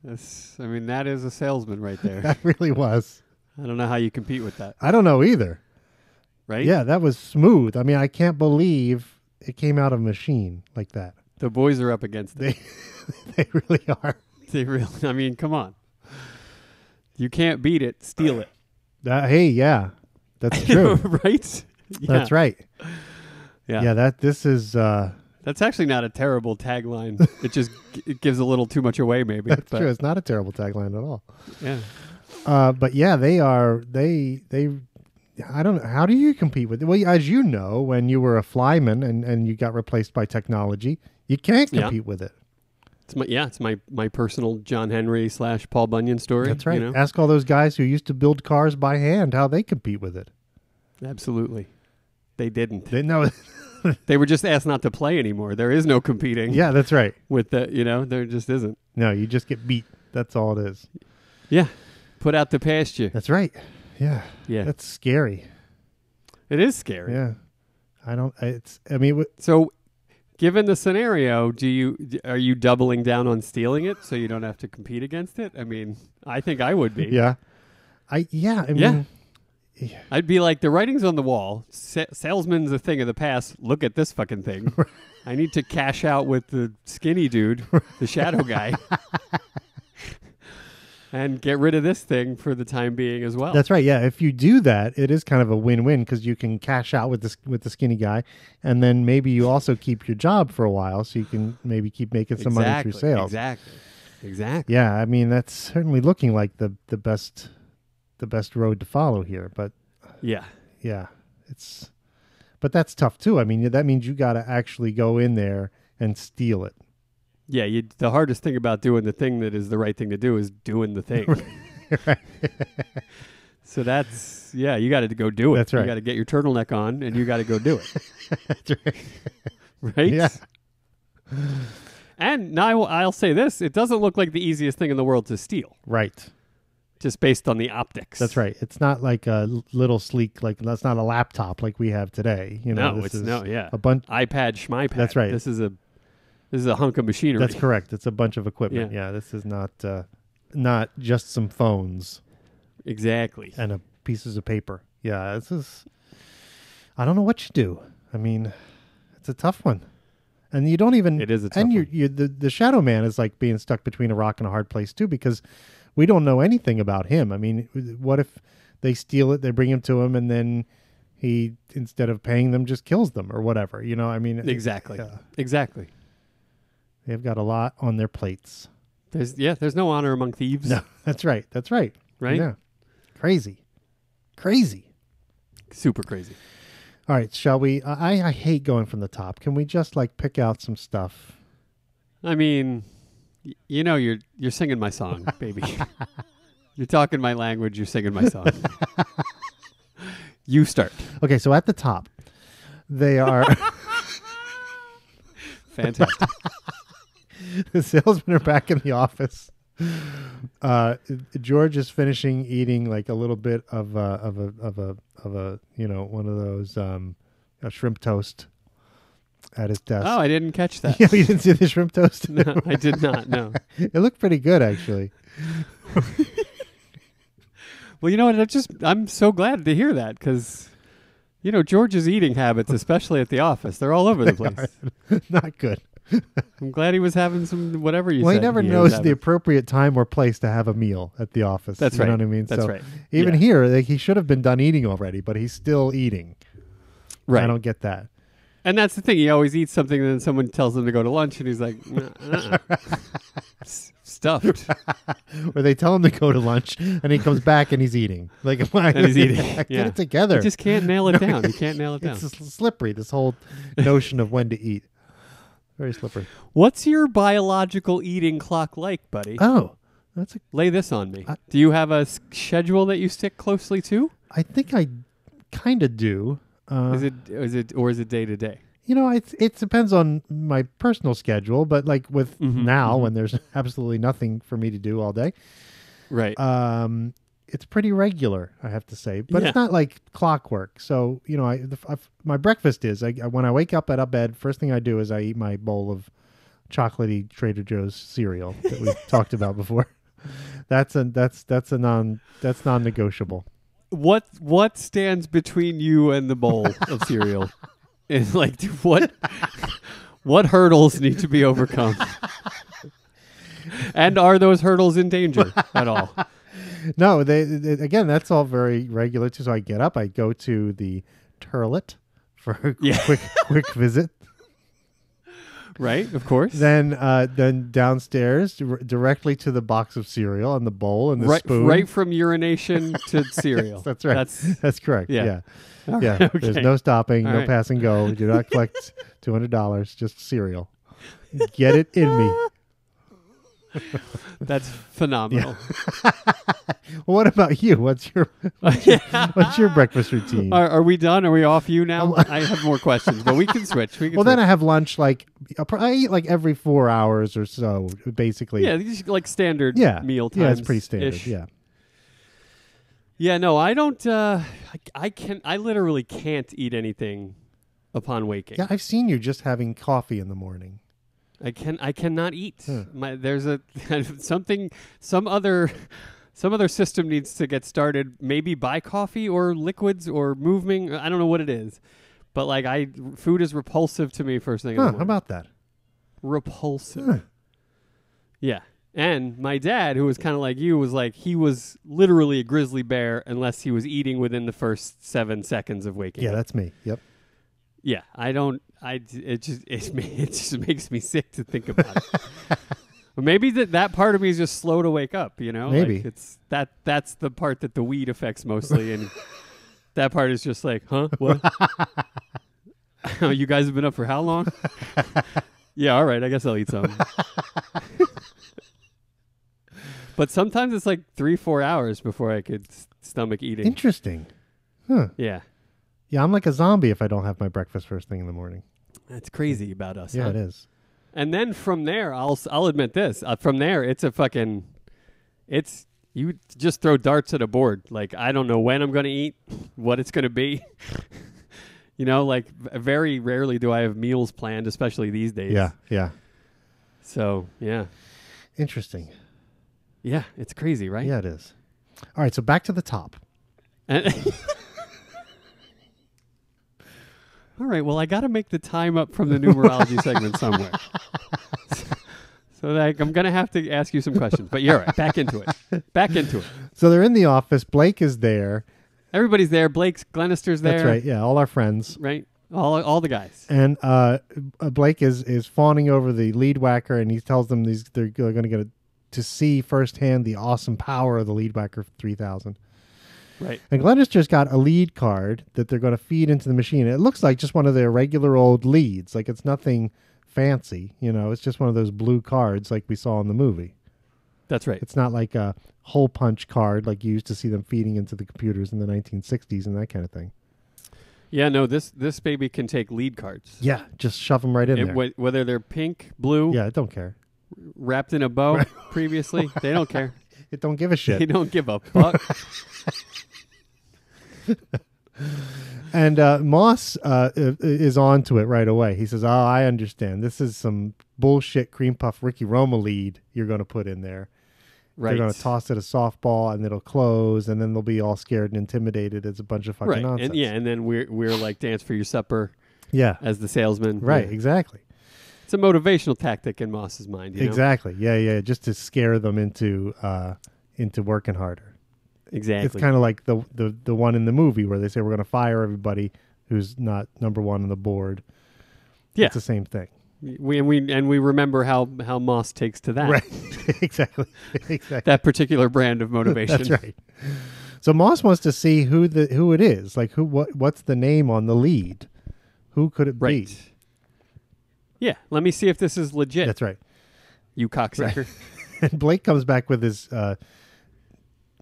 Speaker 2: That's, I mean, that is a salesman right
Speaker 6: [laughs]
Speaker 2: there.
Speaker 5: That really was.
Speaker 2: I don't know how you compete with that,
Speaker 6: Uh,
Speaker 5: I don't know either.
Speaker 2: right?
Speaker 5: Yeah, that was smooth. I mean, I can't believe it came out of a machine like that.
Speaker 2: The boys are up against it.
Speaker 5: They, they really are.
Speaker 2: [laughs] They really, I mean, come on. You can't beat it. Steal it.
Speaker 5: Uh, hey, yeah,
Speaker 2: [laughs]
Speaker 5: that's true.
Speaker 2: right?
Speaker 5: That's right.
Speaker 2: Yeah.
Speaker 5: Yeah, that this is. uh
Speaker 2: That's actually not a terrible
Speaker 5: [laughs]
Speaker 2: tagline. it just g- it gives a little too much away, maybe.
Speaker 5: That's
Speaker 2: but,
Speaker 5: true. It's not a terrible tagline at all.
Speaker 2: Yeah.
Speaker 5: Uh, but yeah, they are. They they. I don't know. How do you compete with? Well, as you know, when you were a flyman and and you got replaced by technology, you can't
Speaker 2: Yeah.
Speaker 5: compete with it.
Speaker 2: It's my, yeah, it's my, my personal John Henry slash Paul Bunyan story.
Speaker 5: That's right.
Speaker 2: You know?
Speaker 5: Ask all those guys who used to build cars by hand how they compete with it.
Speaker 2: Absolutely. They didn't.
Speaker 5: They know. [laughs]
Speaker 2: They were just asked not to play anymore. There is no competing
Speaker 5: yeah, that's right.
Speaker 2: with the, you know, there just isn't.
Speaker 5: No, you just get beat. That's all it is.
Speaker 2: Yeah. Put out the pasture.
Speaker 5: That's right. Yeah.
Speaker 2: Yeah.
Speaker 5: That's scary.
Speaker 2: It is scary.
Speaker 5: Yeah. I don't. It's. I mean, w-
Speaker 2: So, given the scenario, do you d- are you doubling down on stealing it so you don't have to compete against it? I mean, I think I would be.
Speaker 5: yeah. I yeah. I mean,
Speaker 2: Yeah. I'd be like the writing's on the wall. Sa- salesman's a thing of the past. Look at this fucking
Speaker 5: [laughs]
Speaker 2: thing. I need to cash out with the skinny dude, the shadow
Speaker 5: [laughs]
Speaker 2: guy. And get rid of this thing for the time being as well.
Speaker 5: That's right. Yeah, if you do that, it is kind of a win-win because you can cash out with this with the skinny guy, and then maybe you also keep your job for a while, so you can maybe keep making some money through sales.
Speaker 2: Exactly. Exactly.
Speaker 5: Yeah, I mean that's certainly looking like the the best the best road to follow here. But
Speaker 2: Yeah.
Speaker 5: yeah, it's but that's tough too. I mean that means you got to actually go in there and steal it.
Speaker 2: Yeah. You, the hardest thing about doing the thing that is the right thing to do is doing the
Speaker 5: [laughs]
Speaker 2: thing. so that's, yeah, you got to go do it.
Speaker 5: That's right.
Speaker 2: You got to get your turtleneck on and you got to go do it.
Speaker 5: [laughs] That's right.
Speaker 2: [laughs] right?
Speaker 5: Yeah.
Speaker 2: And now I will, I'll say this it doesn't look like the easiest thing in the world to steal,
Speaker 5: Right.
Speaker 2: just based on the optics.
Speaker 5: That's right. It's not like a l- little sleek like that's not a laptop like we have today. You know,
Speaker 2: No,
Speaker 5: this
Speaker 2: it's
Speaker 5: is
Speaker 2: no, yeah.
Speaker 5: a bunch.
Speaker 2: iPad, schmipad.
Speaker 5: That's right.
Speaker 2: This is a this is a hunk of machinery.
Speaker 5: That's correct. It's a bunch of equipment. Yeah, this is not uh, not just some phones
Speaker 2: exactly.
Speaker 5: and a pieces of paper. Yeah, this is. I don't know what you do. I mean, it's a tough one, and you don't even.
Speaker 2: It is a tough
Speaker 5: and you you the the shadow man is like being stuck between a rock and a hard place too because we don't know anything about him. I mean, what if they steal it? They bring him to him, and then he instead of paying them just kills them or whatever. You know, I mean, it-
Speaker 2: Exactly.
Speaker 5: yeah.
Speaker 2: Exactly.
Speaker 5: they've got a lot on their plates.
Speaker 2: There's yeah. There's no honor among thieves.
Speaker 5: No, [laughs] that's right. That's right.
Speaker 2: Right?
Speaker 5: Yeah. Crazy. Crazy.
Speaker 2: Super crazy.
Speaker 5: All right, shall we? I, I hate going from the top. Can we just like pick out some stuff?
Speaker 2: I mean, y- you know, you're you're singing my
Speaker 5: [laughs]
Speaker 2: song, baby. you're talking my language. You're singing my song. you start.
Speaker 5: Okay, so at the top,
Speaker 2: [laughs]
Speaker 5: they are [laughs]
Speaker 2: Fantastic.
Speaker 5: the salesmen are back in the office. Uh, George is finishing eating like a little bit of a, of a of a of a you know one of those um, a shrimp toast at his desk. [laughs]
Speaker 2: oh, I didn't catch that.
Speaker 5: you didn't see the shrimp
Speaker 2: [laughs]
Speaker 5: toast?
Speaker 2: no, I did not. No.
Speaker 5: [laughs] it looked pretty good actually. [laughs]
Speaker 2: Well, you know what? I just I'm so glad to hear that because, you know, George's eating habits, especially at the office, they're all over the place.
Speaker 5: Not good.
Speaker 2: I'm glad he was having some whatever you
Speaker 5: Well, he
Speaker 2: said.
Speaker 5: never
Speaker 2: was
Speaker 5: knows the
Speaker 2: having.
Speaker 5: appropriate time or place to have a meal at the office.
Speaker 2: That's
Speaker 5: you know
Speaker 2: right.
Speaker 5: what I mean?
Speaker 2: That's
Speaker 5: so
Speaker 2: right.
Speaker 5: Even
Speaker 2: Yeah.
Speaker 5: here, like, he should have been done eating already, but he's still eating.
Speaker 2: right.
Speaker 5: I don't get that.
Speaker 2: And that's the thing. He always eats something, and then someone tells him to go to lunch, and he's like, "Nah,
Speaker 5: [laughs]
Speaker 2: uh-uh." S- stuffed,
Speaker 5: Or they tell him to go to lunch, and he comes back and he's eating. Like, [laughs] why?
Speaker 2: and he's eating.
Speaker 5: Get
Speaker 2: yeah.
Speaker 5: it together.
Speaker 2: He just can't nail it
Speaker 5: [laughs]
Speaker 2: down. He can't nail it down.
Speaker 5: it's s- slippery. This whole notion of when to eat,
Speaker 2: [laughs]
Speaker 5: very slippery.
Speaker 2: What's your biological eating clock like, buddy?
Speaker 5: Oh, that's. A,
Speaker 2: Lay this on me.
Speaker 5: I-
Speaker 2: Do you have a s- schedule that you stick closely to?
Speaker 5: I think I kind of do. Uh,
Speaker 2: Is it is it or is it day to day?
Speaker 5: You know, it's it depends on my personal schedule, but like with now when there's [laughs] absolutely nothing for me to do all day,
Speaker 2: Right.
Speaker 5: um, it's pretty regular, I have to say. But
Speaker 2: Yeah.
Speaker 5: it's not like clockwork. So you know, I, the, I my breakfast is I, I- when I wake up out of bed. First thing I do is I eat my bowl of chocolatey Trader Joe's cereal that we [laughs] talked about before. That's a that's that's a non that's non-negotiable.
Speaker 2: what what stands between you and the
Speaker 5: [laughs]
Speaker 2: bowl of cereal? And like what [laughs] what hurdles need to be overcome? and are those hurdles in
Speaker 5: [laughs]
Speaker 2: danger at all?
Speaker 5: No, they, they again. That's all very regular too. So I get up, I go to the turlet for a
Speaker 2: [laughs] Yeah.
Speaker 5: quick quick visit.
Speaker 2: Right? Of course.
Speaker 5: Then uh, then downstairs dir- directly to the box of cereal and the bowl and the
Speaker 2: right
Speaker 5: spoon.
Speaker 2: right from urination
Speaker 5: [laughs]
Speaker 2: to cereal.
Speaker 5: That's right.
Speaker 2: That's
Speaker 5: [laughs] That's, correct.
Speaker 2: yeah.
Speaker 5: Yeah. Yeah.
Speaker 2: All
Speaker 5: There's
Speaker 2: okay.
Speaker 5: no stopping,
Speaker 2: All
Speaker 5: no
Speaker 2: right.
Speaker 5: pass and go. Do not
Speaker 2: [laughs]
Speaker 5: collect two hundred dollars, just cereal. Get it in me.
Speaker 2: [laughs]
Speaker 5: [laughs]
Speaker 2: that's phenomenal.
Speaker 5: Well, what about you? What's
Speaker 2: [laughs]
Speaker 5: your what's your, [laughs] what's your breakfast routine?
Speaker 2: Are, are we done? Are we off you now? I have more questions, but we
Speaker 5: [laughs]
Speaker 2: can switch. We can
Speaker 5: Well, then
Speaker 2: switch.
Speaker 5: I have lunch like I eat like every four hours or so, basically.
Speaker 2: yeah, these are, like standard
Speaker 5: yeah
Speaker 2: meal times.
Speaker 5: yeah it's pretty standard yeah
Speaker 2: Yeah, no, I don't. Uh, I, I can. I literally can't eat anything upon waking.
Speaker 5: yeah i've seen you just having coffee in the morning
Speaker 2: I can. I cannot eat.
Speaker 5: Hmm.
Speaker 2: My there's a [laughs] something. Some other. Some other system needs to get started. Maybe by coffee or liquids or moving. I don't know what it is, but like I, food is repulsive to me first thing. in the
Speaker 5: huh how
Speaker 2: morning.
Speaker 5: about that
Speaker 2: repulsive?
Speaker 5: Huh.
Speaker 2: Yeah. And my dad, who was kind of like you, was like he was literally a grizzly bear unless he was eating within the first seven seconds of waking.
Speaker 5: yeah
Speaker 2: up.
Speaker 5: that's me yep
Speaker 2: Yeah, I don't. I d- it just it, ma- [laughs] it just makes me sick to think about it.
Speaker 5: [laughs]
Speaker 2: But Maybe that that part of me is just slow to wake up. You know,
Speaker 5: Maybe.
Speaker 2: like it's that that's the part that the weed affects mostly,
Speaker 5: [laughs]
Speaker 2: and that part is just like, huh, what? [laughs] Oh, you guys have been up for how
Speaker 5: [laughs]
Speaker 2: long? yeah, all right, I guess I'll eat some. but sometimes it's like three, four hours before I could s- stomach eating.
Speaker 5: interesting
Speaker 2: Yeah,
Speaker 5: yeah i'm like a zombie if i don't have my breakfast first thing in the morning
Speaker 2: that's crazy about us.
Speaker 5: yeah
Speaker 2: huh?
Speaker 5: it is
Speaker 2: And then from there, I'll s- I'll admit this. Uh, from there, it's a fucking, it's you just throw darts at a board. Like I don't know when I'm gonna eat, what it's gonna be. [laughs] you know, like v- very rarely do I have meals planned, especially these days.
Speaker 5: yeah yeah
Speaker 2: So yeah,
Speaker 5: interesting
Speaker 2: yeah, it's crazy, right?
Speaker 5: yeah it is all right so back to the top
Speaker 2: And- [laughs] All right. Well, I got to make the time up from the numerology segment
Speaker 5: [laughs]
Speaker 2: somewhere. So, like, I'm gonna have to ask you some questions, but you're all right. Back into it. Back into it.
Speaker 5: so they're in the office blake is there
Speaker 2: Everybody's there. Blake's Glenister's there.
Speaker 5: That's right. Yeah, all our friends.
Speaker 2: Right. All all the guys.
Speaker 5: And uh, uh, Blake is is fawning over the lead whacker, and he tells them these they're going to get a, to see firsthand the awesome power of the lead whacker three thousand.
Speaker 2: Right.
Speaker 5: And Glenister's got a lead card that they're going to feed into the machine. It looks like just one of their regular old leads. Like it's nothing fancy, you know. It's just one of those blue cards like we saw in the movie.
Speaker 2: That's right.
Speaker 5: It's not like a hole punch card like you used to see them feeding into the computers in the 1960s and that kind of thing.
Speaker 2: Yeah. No. This this baby can take lead cards.
Speaker 5: Yeah, just shove them right in
Speaker 2: It-
Speaker 5: there.
Speaker 2: wh- whether they're pink, blue,
Speaker 5: yeah, it don't care.
Speaker 2: wrapped in a bow [laughs] previously, they don't
Speaker 5: [laughs]
Speaker 2: care.
Speaker 5: It don't give a
Speaker 2: They
Speaker 5: shit.
Speaker 2: don't give a fuck.
Speaker 5: [laughs] and uh, Moss uh, i- is on to it right away. He says, "Oh, I understand. This is some bullshit cream puff Ricky Roma lead you're going to put in there.
Speaker 2: right.
Speaker 5: They're going to toss it a softball, and it'll close, and then they'll be all scared and intimidated. It's a bunch of fucking
Speaker 2: right.
Speaker 5: nonsense.
Speaker 2: And yeah, and then we're we're like dance for your supper
Speaker 5: yeah,
Speaker 2: as the salesman.
Speaker 5: right,
Speaker 2: Yeah.
Speaker 5: exactly."
Speaker 2: It's a motivational tactic in Moss's mind. You know?
Speaker 5: Exactly. Yeah, yeah. Just to scare them into uh, into working harder.
Speaker 2: Exactly.
Speaker 5: It's kind of like the, the the one in the movie where they say we're going to fire everybody who's not number one on the board.
Speaker 2: Yeah.
Speaker 5: it's the same thing. [laughs]
Speaker 2: we and we and we remember how how Moss takes to that
Speaker 5: Right. exactly. [laughs] Exactly.
Speaker 2: that particular brand of motivation.
Speaker 5: [laughs] That's right. So Moss wants to see who the who it is. Like who what what's the name on the lead? Who could it
Speaker 2: Right.
Speaker 5: be?
Speaker 2: Yeah. Let me see if this is legit.
Speaker 5: That's right.
Speaker 2: You cocksucker.
Speaker 5: [laughs] And Blake comes back with his uh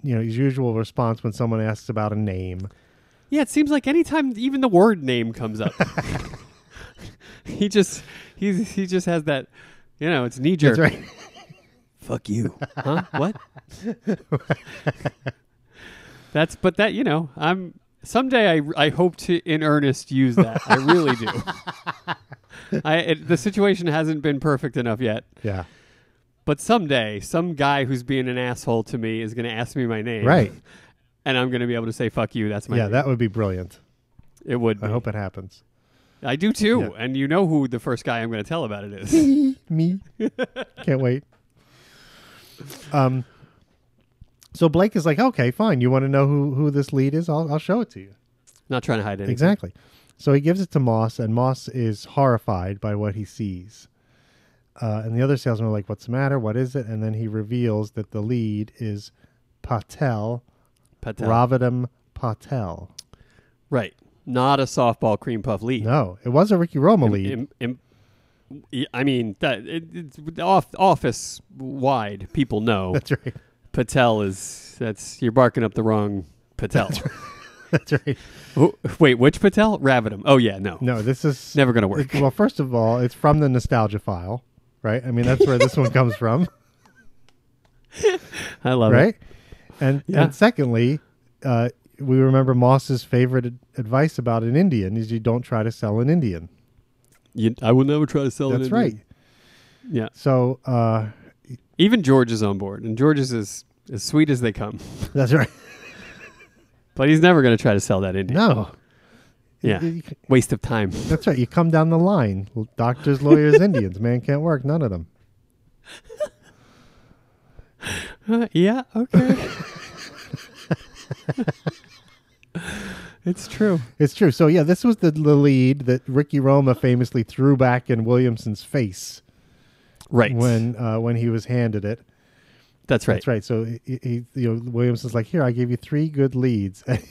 Speaker 5: you know, his usual response when someone asks about a name.
Speaker 2: Yeah. It seems like anytime even the word name comes
Speaker 5: [laughs]
Speaker 2: up, he just he's he just has that. You know, it's knee jerk.
Speaker 5: That's right.
Speaker 6: Fuck you.
Speaker 5: [laughs]
Speaker 2: Huh? What? That's but that you know I'm someday I I hope to in earnest use that I really do.
Speaker 5: [laughs]
Speaker 2: I it, the situation hasn't been perfect enough yet,
Speaker 5: Yeah.
Speaker 2: but someday some guy who's being an asshole to me is going to ask me my name,
Speaker 5: Right.
Speaker 2: [laughs] And I'm going to be able to say "fuck you." That's my
Speaker 5: Yeah,
Speaker 2: name.
Speaker 5: that would be brilliant.
Speaker 2: it would.
Speaker 5: I
Speaker 2: be.
Speaker 5: hope it happens.
Speaker 2: I do too,
Speaker 5: Yeah.
Speaker 2: and you know who the first guy I'm going to tell about it
Speaker 5: [laughs]
Speaker 2: is. [laughs]
Speaker 5: Me. Can't wait. Um so Blake is like, okay, fine. You want to know who, who this lead is? I'll, I'll show it to you.
Speaker 2: Not trying to hide anything.
Speaker 5: Exactly. So he gives it to Moss, and Moss is horrified by what he sees. Uh, and the other salesmen are like, "What's the matter? What is it?" And then he reveals that the lead is Patel,
Speaker 2: Patel.
Speaker 5: Ravidam Patel.
Speaker 2: Right. Not a softball cream puff lead.
Speaker 5: No, it was a Ricky Roma lead.
Speaker 2: Im- im- y- I mean, that, it, it's off, office wide, people know
Speaker 5: [laughs] [laughs] That's right.
Speaker 2: Patel is that's you're barking up the wrong Patel.
Speaker 5: That's right.
Speaker 2: Who- Wait, which Patel? Ravidam. Oh yeah, no,
Speaker 5: No, this
Speaker 2: [laughs]
Speaker 5: is
Speaker 2: never gonna work.
Speaker 5: [laughs] Well, first of all, it's from the nostalgia file, right? I mean, that's where this one
Speaker 2: [laughs]
Speaker 5: comes from.
Speaker 2: I love
Speaker 5: right?
Speaker 2: it.
Speaker 5: And
Speaker 2: Yeah.
Speaker 5: and secondly, uh, we remember Moss's favorite ad- advice about an Indian is you don't try to sell an Indian.
Speaker 2: You, I will never try to sell it.
Speaker 5: That's
Speaker 2: in-
Speaker 5: right.
Speaker 2: Yeah,
Speaker 5: So uh,
Speaker 2: even George is on board, and George is as, as sweet as they come, [laughs]
Speaker 5: that's right.
Speaker 2: but he's never gonna try to sell that Indian.
Speaker 5: No,
Speaker 2: Yeah, waste of time.
Speaker 5: that's right. You come down the line: L- doctors, lawyers, Indians. Man can't work none of them.
Speaker 2: [laughs] Uh, yeah. Okay. it's true.
Speaker 5: It's true. So yeah, this was the, the lead that Ricky Roma famously threw back in Williamson's face
Speaker 2: Right.
Speaker 5: when uh, when he was handed it.
Speaker 2: that's right.
Speaker 5: That's right. So he, he, you know, Williamson's like, "Here, I gave you three good leads," [laughs] and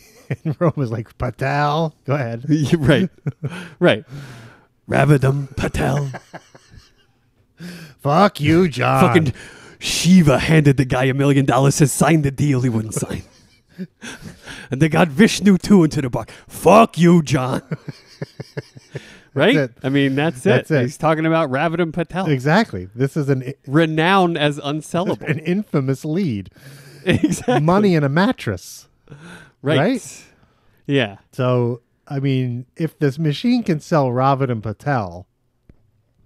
Speaker 5: Roma's like, "Patel, go ahead."
Speaker 2: [laughs] Yeah, right. right.
Speaker 6: Ravidam Patel.
Speaker 5: Fuck you, John.
Speaker 6: Fucking Shiva handed the guy a million dollars, says sign the deal he wouldn't sign. and they got Vishnu too into the bar. Fuck you, John.
Speaker 2: [laughs] Right?
Speaker 5: it.
Speaker 2: I mean, that's it.
Speaker 5: That's it.
Speaker 2: He's talking about Ravidam Patel,
Speaker 5: exactly. This is an
Speaker 2: renowned as unsellable.
Speaker 5: an infamous lead.
Speaker 2: [laughs] exactly.
Speaker 5: Money in a mattress.
Speaker 2: Right.
Speaker 5: right?
Speaker 2: Yeah.
Speaker 5: So I mean, if this machine can sell Ravid and Patel,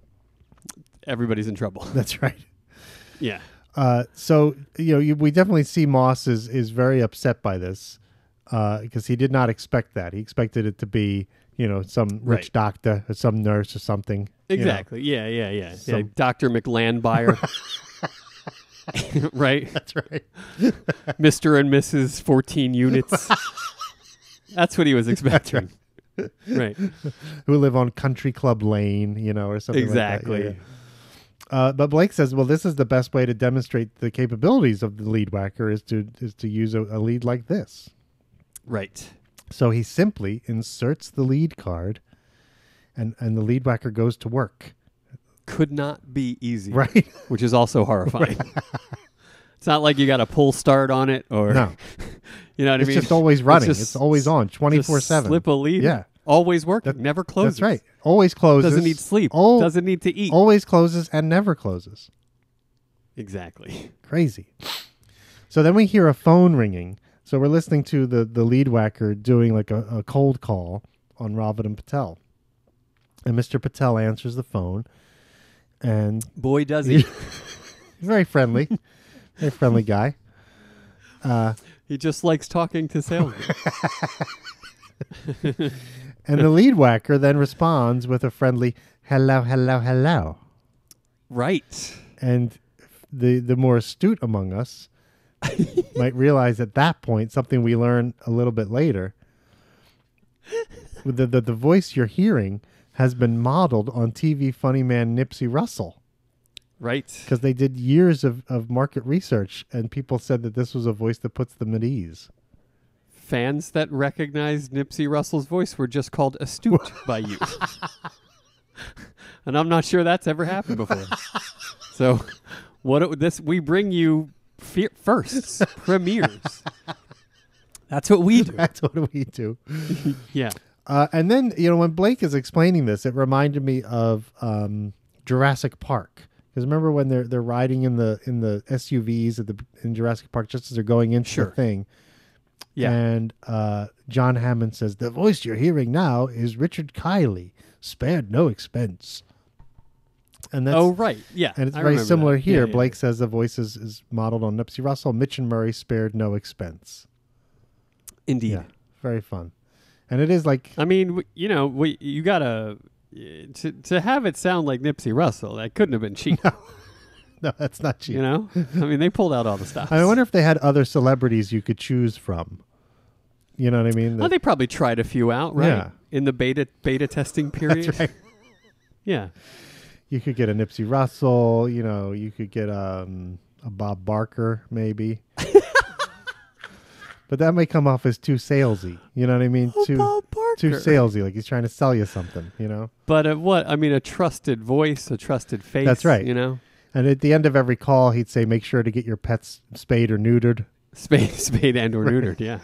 Speaker 5: [laughs]
Speaker 2: Everybody's in trouble.
Speaker 5: that's right.
Speaker 2: yeah.
Speaker 5: Uh, so you know, you, we definitely see Moss is is very upset by this because he did not expect that. He expected it to be you know some rich
Speaker 2: Right.
Speaker 5: doctor or some nurse or something. you
Speaker 2: [laughs]
Speaker 5: know.
Speaker 2: Exactly. Yeah, yeah, yeah. yeah.
Speaker 5: Some-
Speaker 2: Dr. McLand [laughs]
Speaker 5: [laughs]
Speaker 2: buyer. right?
Speaker 5: That's right. [laughs]
Speaker 2: Mr. and Mrs. 14 units. That's what he was expecting. right.
Speaker 5: who live on Country Club Lane, you know, or something like that. Yeah,
Speaker 2: Exactly.
Speaker 5: yeah. Uh, but Blake says, well, this is the best way to demonstrate the capabilities of the lead whacker is to is to use a, a lead like this.
Speaker 2: Right.
Speaker 5: So he simply inserts the lead card, and and the lead whacker goes to work. [laughs]
Speaker 2: Could not be easy.
Speaker 5: Right?
Speaker 2: Which is also horrifying. [laughs] it's not like you got a pull start on it or
Speaker 5: No,
Speaker 2: you know what I
Speaker 5: it's
Speaker 2: mean?
Speaker 5: just always running. It's,
Speaker 2: just-
Speaker 5: always on, twenty
Speaker 2: just
Speaker 5: four seven.
Speaker 2: Slip a lead.
Speaker 5: Yeah.
Speaker 2: Always working. never closes.
Speaker 5: That's right. Always closes.
Speaker 2: Doesn't need sleep.
Speaker 5: Al-
Speaker 2: doesn't need to eat.
Speaker 5: always closes and never closes.
Speaker 2: Exactly.
Speaker 5: Crazy. So then we hear a phone ringing. So we're listening to the, the lead whacker doing like a, a cold call on Ravid and Patel. And Mr. Patel answers the phone and
Speaker 2: Boy, does he. [laughs]
Speaker 5: very friendly, very friendly guy.
Speaker 2: he just likes talking to salesmen.
Speaker 5: [laughs] And the lead whacker then responds with a friendly hello, hello, hello.
Speaker 2: right.
Speaker 5: And the, the more astute among us might realize at that point something we learn a little bit later that the, the voice you're hearing has been modeled on TV funny man Nipsey Russell
Speaker 2: Right.
Speaker 5: because they did years of, of market research and people said that this was a voice that puts them at ease. [laughs]
Speaker 2: Fans that recognized Nipsey Russell's voice were just called [laughs] astute by you. and I'm not sure that's ever happened [laughs] before. so, what it, this we bring you fe- [laughs] firsts, premieres. That's what we do.
Speaker 5: That's what we do.
Speaker 2: [laughs] Yeah.
Speaker 5: Uh, and then you know when Blake is explaining this, it reminded me of um, Jurassic Park. Because remember when they're they're riding in the in the SUVs at the in Jurassic Park just as they're going into
Speaker 2: Sure.
Speaker 5: the thing,
Speaker 2: Yeah.
Speaker 5: and uh, John Hammond says the voice you're hearing now is Richard Kiley, spared no expense. And that's
Speaker 2: oh, right. Yeah.
Speaker 5: and it's
Speaker 2: I
Speaker 5: very
Speaker 2: remember
Speaker 5: similar
Speaker 2: that. Yeah,
Speaker 5: here.
Speaker 2: yeah,
Speaker 5: Blake says the voice is, is modeled on Nipsey Russell. Mitch and Murray spared no expense.
Speaker 2: yeah. Indeed.
Speaker 5: Yeah, very fun, and it is like [laughs]
Speaker 2: I mean, w- you know, we you gotta eh, to to have it sound like Nipsey Russell. That couldn't have been
Speaker 5: [laughs]
Speaker 2: cheap.
Speaker 5: no, that's not cheap.
Speaker 2: You know, I mean, they pulled out all the stops.
Speaker 5: I wonder if they had other celebrities you could choose from. You know what I mean?
Speaker 2: Well, they probably tried a few out, right?
Speaker 5: Yeah.
Speaker 2: In the beta beta testing period.
Speaker 5: [laughs] That's right.
Speaker 2: Yeah.
Speaker 5: You could get a Nipsey Russell. You know, you could get um, a Bob Barker, maybe. but that might come off as too salesy. You know what I mean?
Speaker 2: Oh,
Speaker 5: too too salesy. Like he's trying to sell you something. You know.
Speaker 2: But uh, what? I mean, a trusted voice, a trusted face.
Speaker 5: That's right.
Speaker 2: You know,
Speaker 5: And at the end of every call, he'd say, "Make sure to get your pets spayed or neutered."
Speaker 2: spade [laughs] spade and or neutered. Yeah.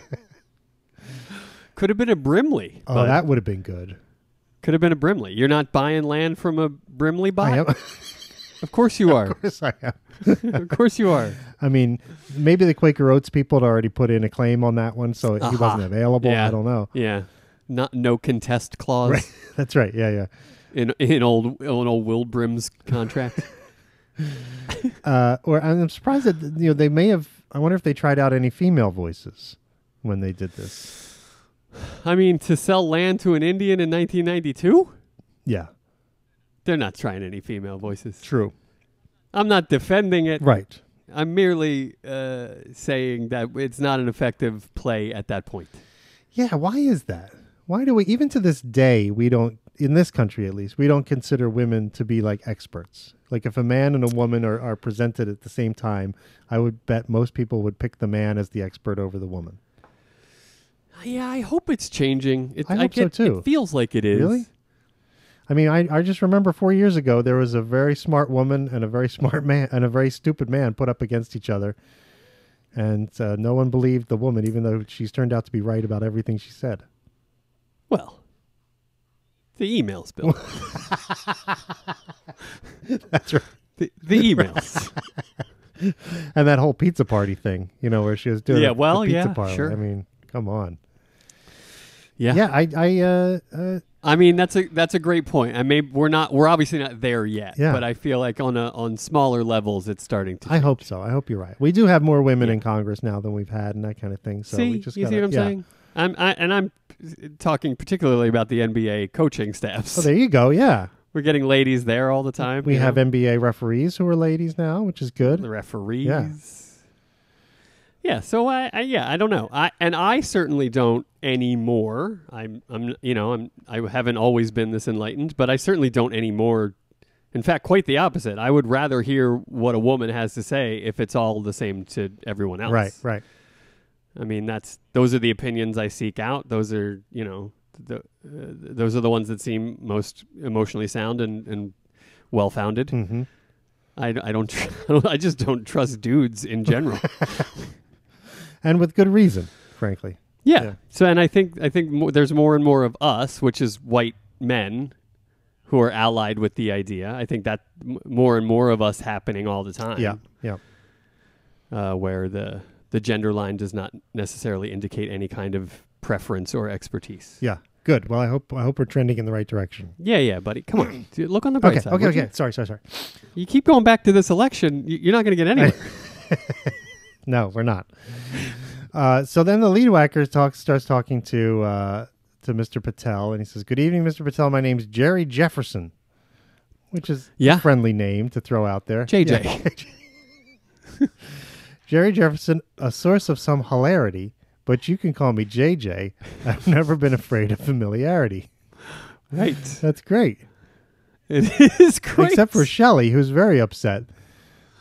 Speaker 2: Could have been a Brimley.
Speaker 5: Oh,
Speaker 2: bud.
Speaker 5: that would have been good.
Speaker 2: could have been a Brimley. You're not buying land from a Brimley bot.
Speaker 5: I am. [laughs]
Speaker 2: Of course you are.
Speaker 5: yes, I am.
Speaker 2: of course you
Speaker 5: [laughs]
Speaker 2: are.
Speaker 5: I mean, maybe the Quaker Oats people had already put in a claim on that one, so he wasn't available.
Speaker 2: Yeah.
Speaker 5: I don't know.
Speaker 2: Yeah. Not no contest clause
Speaker 5: That's right. [laughs] Yeah, yeah.
Speaker 2: in in old in old Will Brim's contract.
Speaker 5: [laughs] Uh, or I'm surprised that you know they may have. I wonder if they tried out any female voices when they did this.
Speaker 2: I mean, to sell land to an Indian in 1992,
Speaker 5: Yeah,
Speaker 2: they're not trying any female voices.
Speaker 5: true.
Speaker 2: I'm not defending it.
Speaker 5: Right.
Speaker 2: I'm merely uh, saying that it's not an effective play at that point.
Speaker 5: Yeah. Why is that? Why do we even to this day we don't in this country at least we don't consider women to be like experts. Like if a man and a woman are, are presented at the same time, I would bet most people would pick the man as the expert over the woman.
Speaker 2: Yeah, I hope it's changing. It,
Speaker 5: I hope so,
Speaker 2: get-
Speaker 5: too.
Speaker 2: It feels like it is.
Speaker 5: Really? I mean, I, I just remember four years ago there was a very smart woman and a very [laughs] smart man and a very stupid man put up against each other, and uh, no one believed the woman, even though she's turned out to be right about everything she said. [laughs]
Speaker 2: Well, the emails,
Speaker 5: [laughs]
Speaker 2: Bill.
Speaker 5: That's [laughs] right.
Speaker 2: the, the emails.
Speaker 5: And that whole pizza party thing, you know, where she was doing
Speaker 2: Yeah,
Speaker 5: the- the
Speaker 2: well,
Speaker 5: pizza
Speaker 2: yeah,
Speaker 5: parlor.
Speaker 2: sure.
Speaker 5: I mean, come on.
Speaker 2: Yeah.
Speaker 5: Yeah, I, I, uh, uh,
Speaker 2: I mean that's a that's a great point. I mean we're not we're obviously not there yet,
Speaker 5: Yeah.
Speaker 2: but I feel like on a on smaller levels it's starting to.
Speaker 5: I hope so. I hope you're right. We do have more women in Congress now than we've had, and that kind of thing. So
Speaker 2: see,
Speaker 5: we just
Speaker 2: you
Speaker 5: gotta,
Speaker 2: see what I'm
Speaker 5: yeah.
Speaker 2: saying? I'm I, and I'm uh, talking particularly about the NBA coaching staffs.
Speaker 5: Oh, there you go. Yeah,
Speaker 2: we're getting ladies there all the time.
Speaker 5: we
Speaker 2: you
Speaker 5: have
Speaker 2: know,
Speaker 5: NBA referees who are ladies now, which is good.
Speaker 2: the referees. Yeah. so I, I yeah I don't know. I and I certainly don't anymore. I'm, I'm, you know, I'm, I haven't always been this enlightened, but I certainly don't anymore. In fact, quite the opposite. I would rather hear what a woman has to say if it's all the same to everyone else.
Speaker 5: Right, right.
Speaker 2: I mean, that's those are the opinions I seek out. Those are you know, the, uh, those are the ones that seem most emotionally sound and and well founded.
Speaker 5: Mhm.
Speaker 2: I, I don't [laughs] tr- I just don't trust dudes in general. [laughs]
Speaker 5: And with good reason, frankly.
Speaker 2: yeah.
Speaker 5: Yeah.
Speaker 2: So and I think I think mo- there's more and more of us, which is white men, who are allied with the idea. I think that m- more and more of us happening all the time.
Speaker 5: Yeah, yeah.
Speaker 2: uh, where the the gender line does not necessarily indicate any kind of preference or expertise.
Speaker 5: Yeah. Good. Well, I hope I hope we're trending in the right direction.
Speaker 2: Yeah, yeah, buddy. Come
Speaker 5: [clears throat]
Speaker 2: on, Dude, look on the bright
Speaker 5: Okay.
Speaker 2: side.
Speaker 5: Okay.
Speaker 2: would
Speaker 5: Okay. Sorry. Sorry. Sorry.
Speaker 2: You, you keep going back to this election, you, you're not going to get
Speaker 5: [laughs]
Speaker 2: anywhere.
Speaker 5: No, we're not. Uh, so then the lead whacker talks, starts talking to uh, to Mr. Patel, and he says, "Good evening, Mr. Patel. My name's Jerry Jefferson," which is
Speaker 2: Yeah.
Speaker 5: a friendly name to throw out there.
Speaker 2: JJ.
Speaker 5: Yeah. Jerry Jefferson, a source of some hilarity, but you can call me JJ. I've never been afraid of familiarity.
Speaker 2: [laughs]
Speaker 5: [laughs]
Speaker 2: right.
Speaker 5: That's great,
Speaker 2: It is great.
Speaker 5: except for Shelley, who's very upset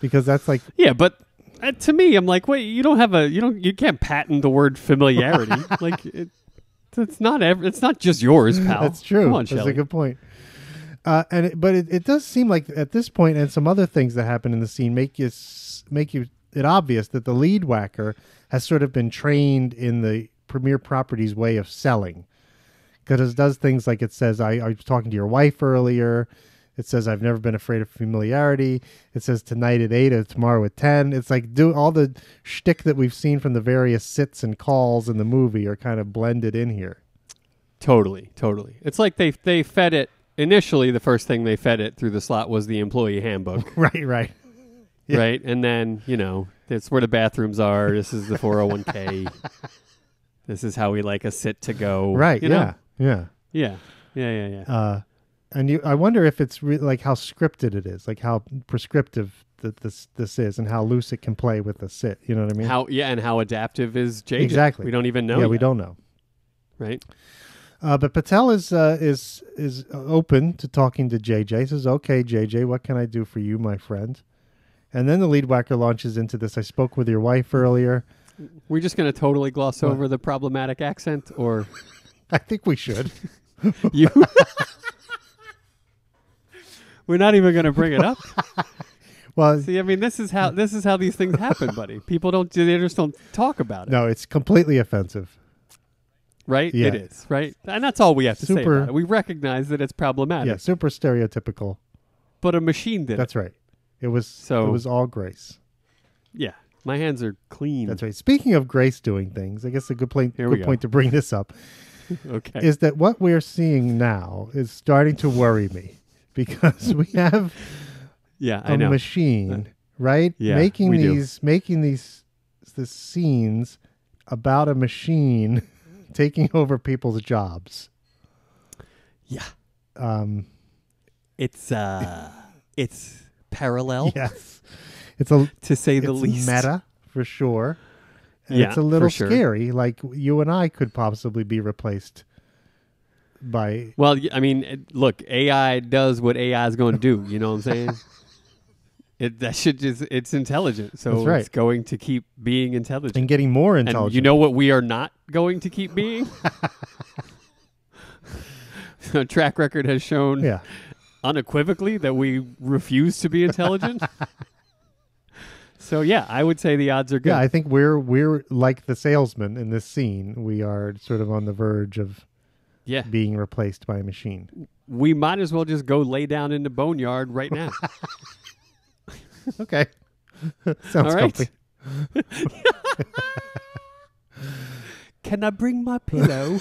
Speaker 5: because that's like
Speaker 2: yeah, but uh, to me, I'm like, wait, you don't have a you don't you can't patent the word
Speaker 5: [laughs]
Speaker 2: familiarity. like it, it's not ev- it's not just yours, pal.
Speaker 5: That's true.
Speaker 2: Come on,
Speaker 5: That's
Speaker 2: Shelley.
Speaker 5: a good point. Uh, and it, but it, it does seem like at this point, and some other things that happen in the scene make you s- make you it obvious that the lead whacker has sort of been trained in the premier properties way of selling, because it does things like it says, I, "I was talking to your wife earlier." It says, "I've never been afraid of familiarity." It says, "Tonight at eight or tomorrow at 10. It's like do all the shtick that we've seen from the various sits and calls in the movie are kind of blended in here. [laughs]
Speaker 2: Totally, totally. It's like they they fed it initially. The first thing they fed it through the slot was the employee handbook.
Speaker 5: Right, right. [laughs] Yeah.
Speaker 2: right? And then you know, that's where the bathrooms are. This is the four hundred one
Speaker 5: [laughs]
Speaker 2: k. This is how we like a sit to go.
Speaker 5: Right.
Speaker 2: you know?
Speaker 5: yeah. Yeah.
Speaker 2: Yeah. Yeah. Yeah. Yeah.
Speaker 5: Uh, and you, I wonder if it's re- like how scripted it is, like how prescriptive that this this is, and how loose it can play with the sit. You know what I mean?
Speaker 2: how? Yeah. And how adaptive is JJ?
Speaker 5: exactly.
Speaker 2: We don't even know.
Speaker 5: Yeah, we
Speaker 2: yet,
Speaker 5: don't know.
Speaker 2: Right.
Speaker 5: Uh, but Patel is uh, is is open to talking to JJ. He says, "Okay, JJ, what can I do for you, my friend?" And then the lead whacker launches into this. I spoke with your wife earlier. [laughs]
Speaker 2: We're just gonna totally gloss
Speaker 5: What?
Speaker 2: over the problematic accent,
Speaker 5: [laughs]
Speaker 2: or
Speaker 5: I think
Speaker 2: [laughs]
Speaker 5: we should.
Speaker 2: you. We're not even gonna bring
Speaker 5: [laughs]
Speaker 2: it up.
Speaker 5: Well,
Speaker 2: See, I mean, this is how this is how these things happen, buddy. People don't they just don't talk about it,
Speaker 5: no, it's completely offensive.
Speaker 2: right?
Speaker 5: Yeah.
Speaker 2: It is right, and that's all we have to say
Speaker 5: Super-
Speaker 2: about it. We recognize that it's problematic.
Speaker 5: Yeah, super stereotypical.
Speaker 2: but a machine did
Speaker 5: That's right. It was
Speaker 2: So-
Speaker 5: it was all grace.
Speaker 2: it. Yeah, my hands are clean.
Speaker 5: That's right. Speaking of Grace doing things, I guess a good, point,
Speaker 2: Mm. Here we
Speaker 5: good
Speaker 2: go.
Speaker 5: point to bring this up
Speaker 2: Okay.
Speaker 5: is that what we're seeing now is starting to worry me [laughs] because we have
Speaker 2: yeah, I
Speaker 5: a
Speaker 2: know. Uh,
Speaker 5: machine, right?
Speaker 2: Yeah,
Speaker 5: making
Speaker 2: we do.
Speaker 5: these making these the scenes about a machine [laughs] taking over people's jobs.
Speaker 2: yeah,
Speaker 5: Um, [laughs]
Speaker 2: it's uh, it's parallel
Speaker 5: yes. It's a
Speaker 2: to say
Speaker 5: it's
Speaker 2: the least.
Speaker 5: meta for sure. And
Speaker 2: Yeah,
Speaker 5: it's a little
Speaker 2: for sure.
Speaker 5: scary. Like you and I could possibly be replaced by
Speaker 2: Well, y- I mean, it- look, AI does what AI is going to do. You know what I'm
Speaker 5: [laughs]
Speaker 2: saying? it that should just it's intelligent, so
Speaker 5: That's right.
Speaker 2: it's going to keep being intelligent.
Speaker 5: and getting more intelligent.
Speaker 2: And you know what we are not going to keep
Speaker 5: [laughs]
Speaker 2: being? [laughs] The track record has shown
Speaker 5: yeah,
Speaker 2: unequivocally that we refuse to be
Speaker 5: [laughs]
Speaker 2: intelligent. so yeah, I would say the odds are good.
Speaker 5: yeah. I think we're we're like the salesman in this scene. We are sort of on the verge of
Speaker 2: yeah.
Speaker 5: being replaced by a machine.
Speaker 2: We might as well just go lay down in the boneyard right
Speaker 5: [laughs]
Speaker 2: now.
Speaker 5: Okay, [laughs] sounds
Speaker 2: All
Speaker 5: comfy.
Speaker 2: right. [laughs] Can I bring my
Speaker 5: [laughs]
Speaker 2: pillow?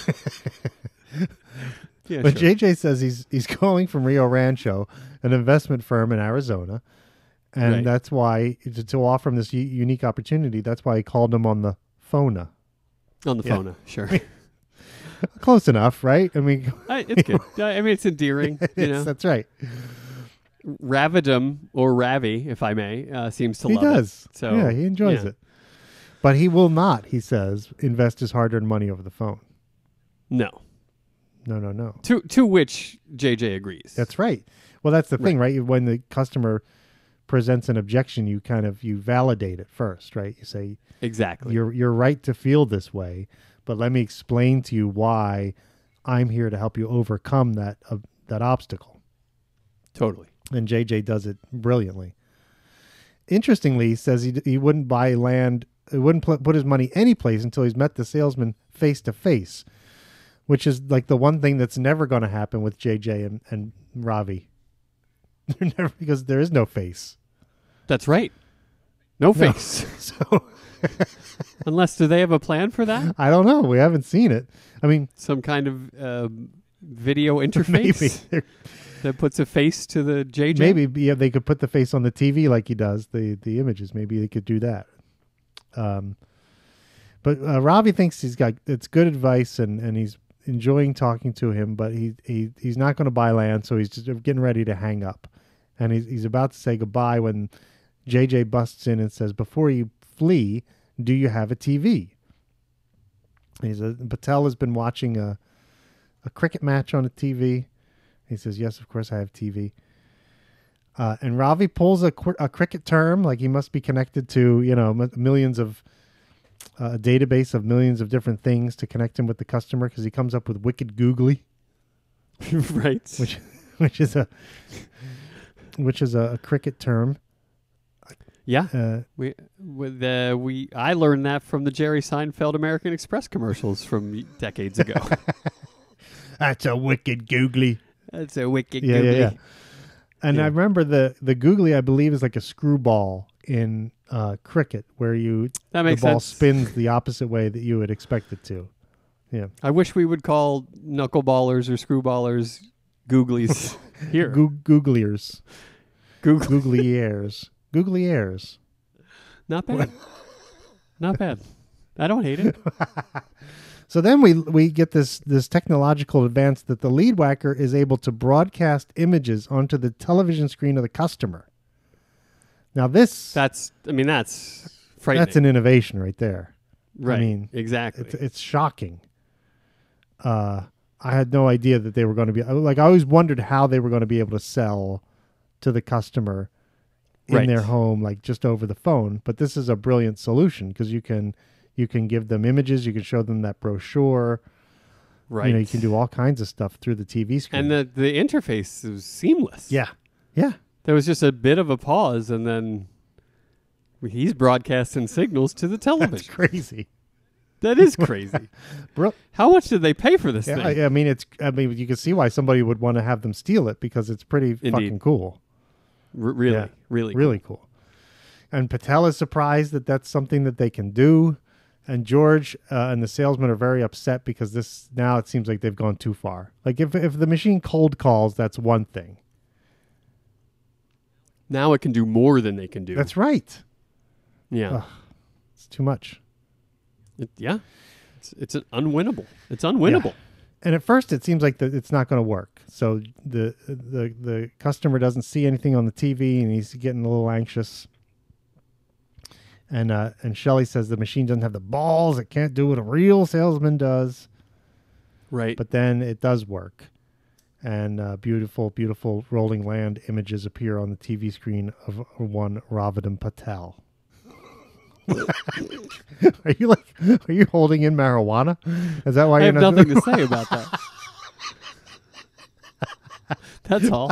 Speaker 2: yeah,
Speaker 5: But
Speaker 2: sure.
Speaker 5: JJ says he's he's [laughs] calling from Rio Rancho, an investment firm in Arizona, and
Speaker 2: Right.
Speaker 5: that's why to, to offer him this u- unique opportunity. That's why he called him on the phone.
Speaker 2: on the
Speaker 5: [laughs] yeah.
Speaker 2: phone, uh, sure.
Speaker 5: Close enough, right? I mean, [laughs]
Speaker 2: I, it's good. Uh, I I mean, it's endearing. You know,
Speaker 5: yes, that's right.
Speaker 2: Ravidum or Ravi, if I may, uh, seems to
Speaker 5: He
Speaker 2: love it.
Speaker 5: does.
Speaker 2: So
Speaker 5: yeah, he enjoys
Speaker 2: yeah.
Speaker 5: it. But he will not, he says, invest his hard-earned money over the phone.
Speaker 2: No.
Speaker 5: No, no, no.
Speaker 2: To to which JJ agrees.
Speaker 5: That's right. Well, that's the thing, right? When the customer presents an objection, you kind of you validate it first, right? You say
Speaker 2: exactly.
Speaker 5: you're you're right to feel this way, but let me explain to you why I'm here to help you overcome that uh, that obstacle.
Speaker 2: totally.
Speaker 5: And JJ does it brilliantly. Interestingly, he says he, d- he wouldn't buy land, he wouldn't pl- put his money any place until he's met the salesman face to face, which is like the one thing that's never going to happen with JJ and, and Ravi. [laughs] They're never, because there is no face. [laughs]
Speaker 2: That's right. No face.
Speaker 5: So
Speaker 2: [laughs] Unless do they have a plan for
Speaker 5: [laughs]
Speaker 2: that?
Speaker 5: I don't know. We haven't seen it. I mean,
Speaker 2: Some kind of um video
Speaker 5: maybe
Speaker 2: interface
Speaker 5: they're-
Speaker 2: [laughs] that puts a face to the JJ.
Speaker 5: Maybe yeah, they could put the face on the TV like he does the the images. Maybe they could do that. Um, but uh, Robbie thinks he's got it's good advice and and he's enjoying talking to him. But he he he's not going to buy land, so he's just getting ready to hang up, and he's he's about to say goodbye when JJ busts in and says, "Before you flee, do you have a TV?" And he says, "Patel has been watching a a cricket match on a TV." He says, "Yes, of course I have TV." Uh, and Ravi pulls a, cr- a cricket term, like he must be connected to you know m- millions of uh, a database of millions of different things to connect him with the customer because he comes up with wicked googly,
Speaker 2: [laughs]
Speaker 5: [laughs]
Speaker 2: right.
Speaker 5: which which is a which is a, a cricket term.
Speaker 2: yeah.
Speaker 5: Uh,
Speaker 2: We with uh, we I learned that from the Jerry Seinfeld American Express commercials from decades
Speaker 5: [laughs]
Speaker 2: ago.
Speaker 5: That's a wicked googly.
Speaker 2: That's a wicked
Speaker 5: Yeah, yeah,
Speaker 2: googly.
Speaker 5: yeah. And I
Speaker 2: Yeah.
Speaker 5: remember the the googly, I believe, is like a screwball in uh, cricket, where you
Speaker 2: That makes
Speaker 5: the ball
Speaker 2: sense.
Speaker 5: spins the opposite way that you would expect it to.
Speaker 2: I wish we would call knuckleballers or screwballers
Speaker 5: [laughs]
Speaker 2: googlies here.
Speaker 5: Goo- googliers.
Speaker 2: Goog-
Speaker 5: Googliers. Googliers.
Speaker 2: Not bad. Not bad. I don't hate it.
Speaker 5: So then we we get this this technological advance that the lead whacker is able to broadcast images onto the television screen of the customer. Now this
Speaker 2: That's I mean that's frightening.
Speaker 5: that's an innovation right there.
Speaker 2: right.
Speaker 5: mean,
Speaker 2: exactly.
Speaker 5: It's it's shocking. Uh, I had no idea that they were going to be like I always wondered how they were going to be able to sell to the customer in
Speaker 2: Right.
Speaker 5: their home like just over the phone, but this is a brilliant solution because you can you can give them images, you can show them that brochure,
Speaker 2: right.
Speaker 5: you know, you can do all kinds of stuff through the TV
Speaker 2: and
Speaker 5: screen.
Speaker 2: the the interface was seamless.
Speaker 5: yeah. Yeah. [laughs]
Speaker 2: There was just a bit of a pause and then he's broadcasting signals to the
Speaker 5: [laughs] That's
Speaker 2: television.
Speaker 5: crazy.
Speaker 2: That
Speaker 5: [laughs]
Speaker 2: is crazy.
Speaker 5: Bro-
Speaker 2: How much did they pay for this
Speaker 5: yeah,
Speaker 2: thing?
Speaker 5: I, I mean it's I mean you can see why somebody would want to have them steal it because it's pretty fucking cool.
Speaker 2: R- really,
Speaker 5: Yeah.
Speaker 2: really,
Speaker 5: really cool. And Patel is surprised that that's something that they can do. And George uh, and the salesman are very upset because this now it seems like they've gone too far. Like if if the machine cold calls, that's one thing.
Speaker 2: Now it can do more than they can do.
Speaker 5: That's right.
Speaker 2: yeah,
Speaker 5: Ugh. It's too much.
Speaker 2: It- yeah. It's, it's an unwinnable. It's unwinnable.
Speaker 5: And at first, it seems like that it's not going to work. So the the the customer doesn't see anything on the TV, and he's getting a little anxious. And uh, and Shelley says the machine doesn't have the balls; it can't do what a real salesman does.
Speaker 2: Right.
Speaker 5: but then it does work and uh, beautiful beautiful rolling land images appear on the tv screen of uh, one ravadam patel [laughs] are you like are you holding in marijuana is that why
Speaker 2: I
Speaker 5: you're
Speaker 2: have
Speaker 5: not
Speaker 2: nothing to say about that.
Speaker 5: [laughs]
Speaker 2: That's all.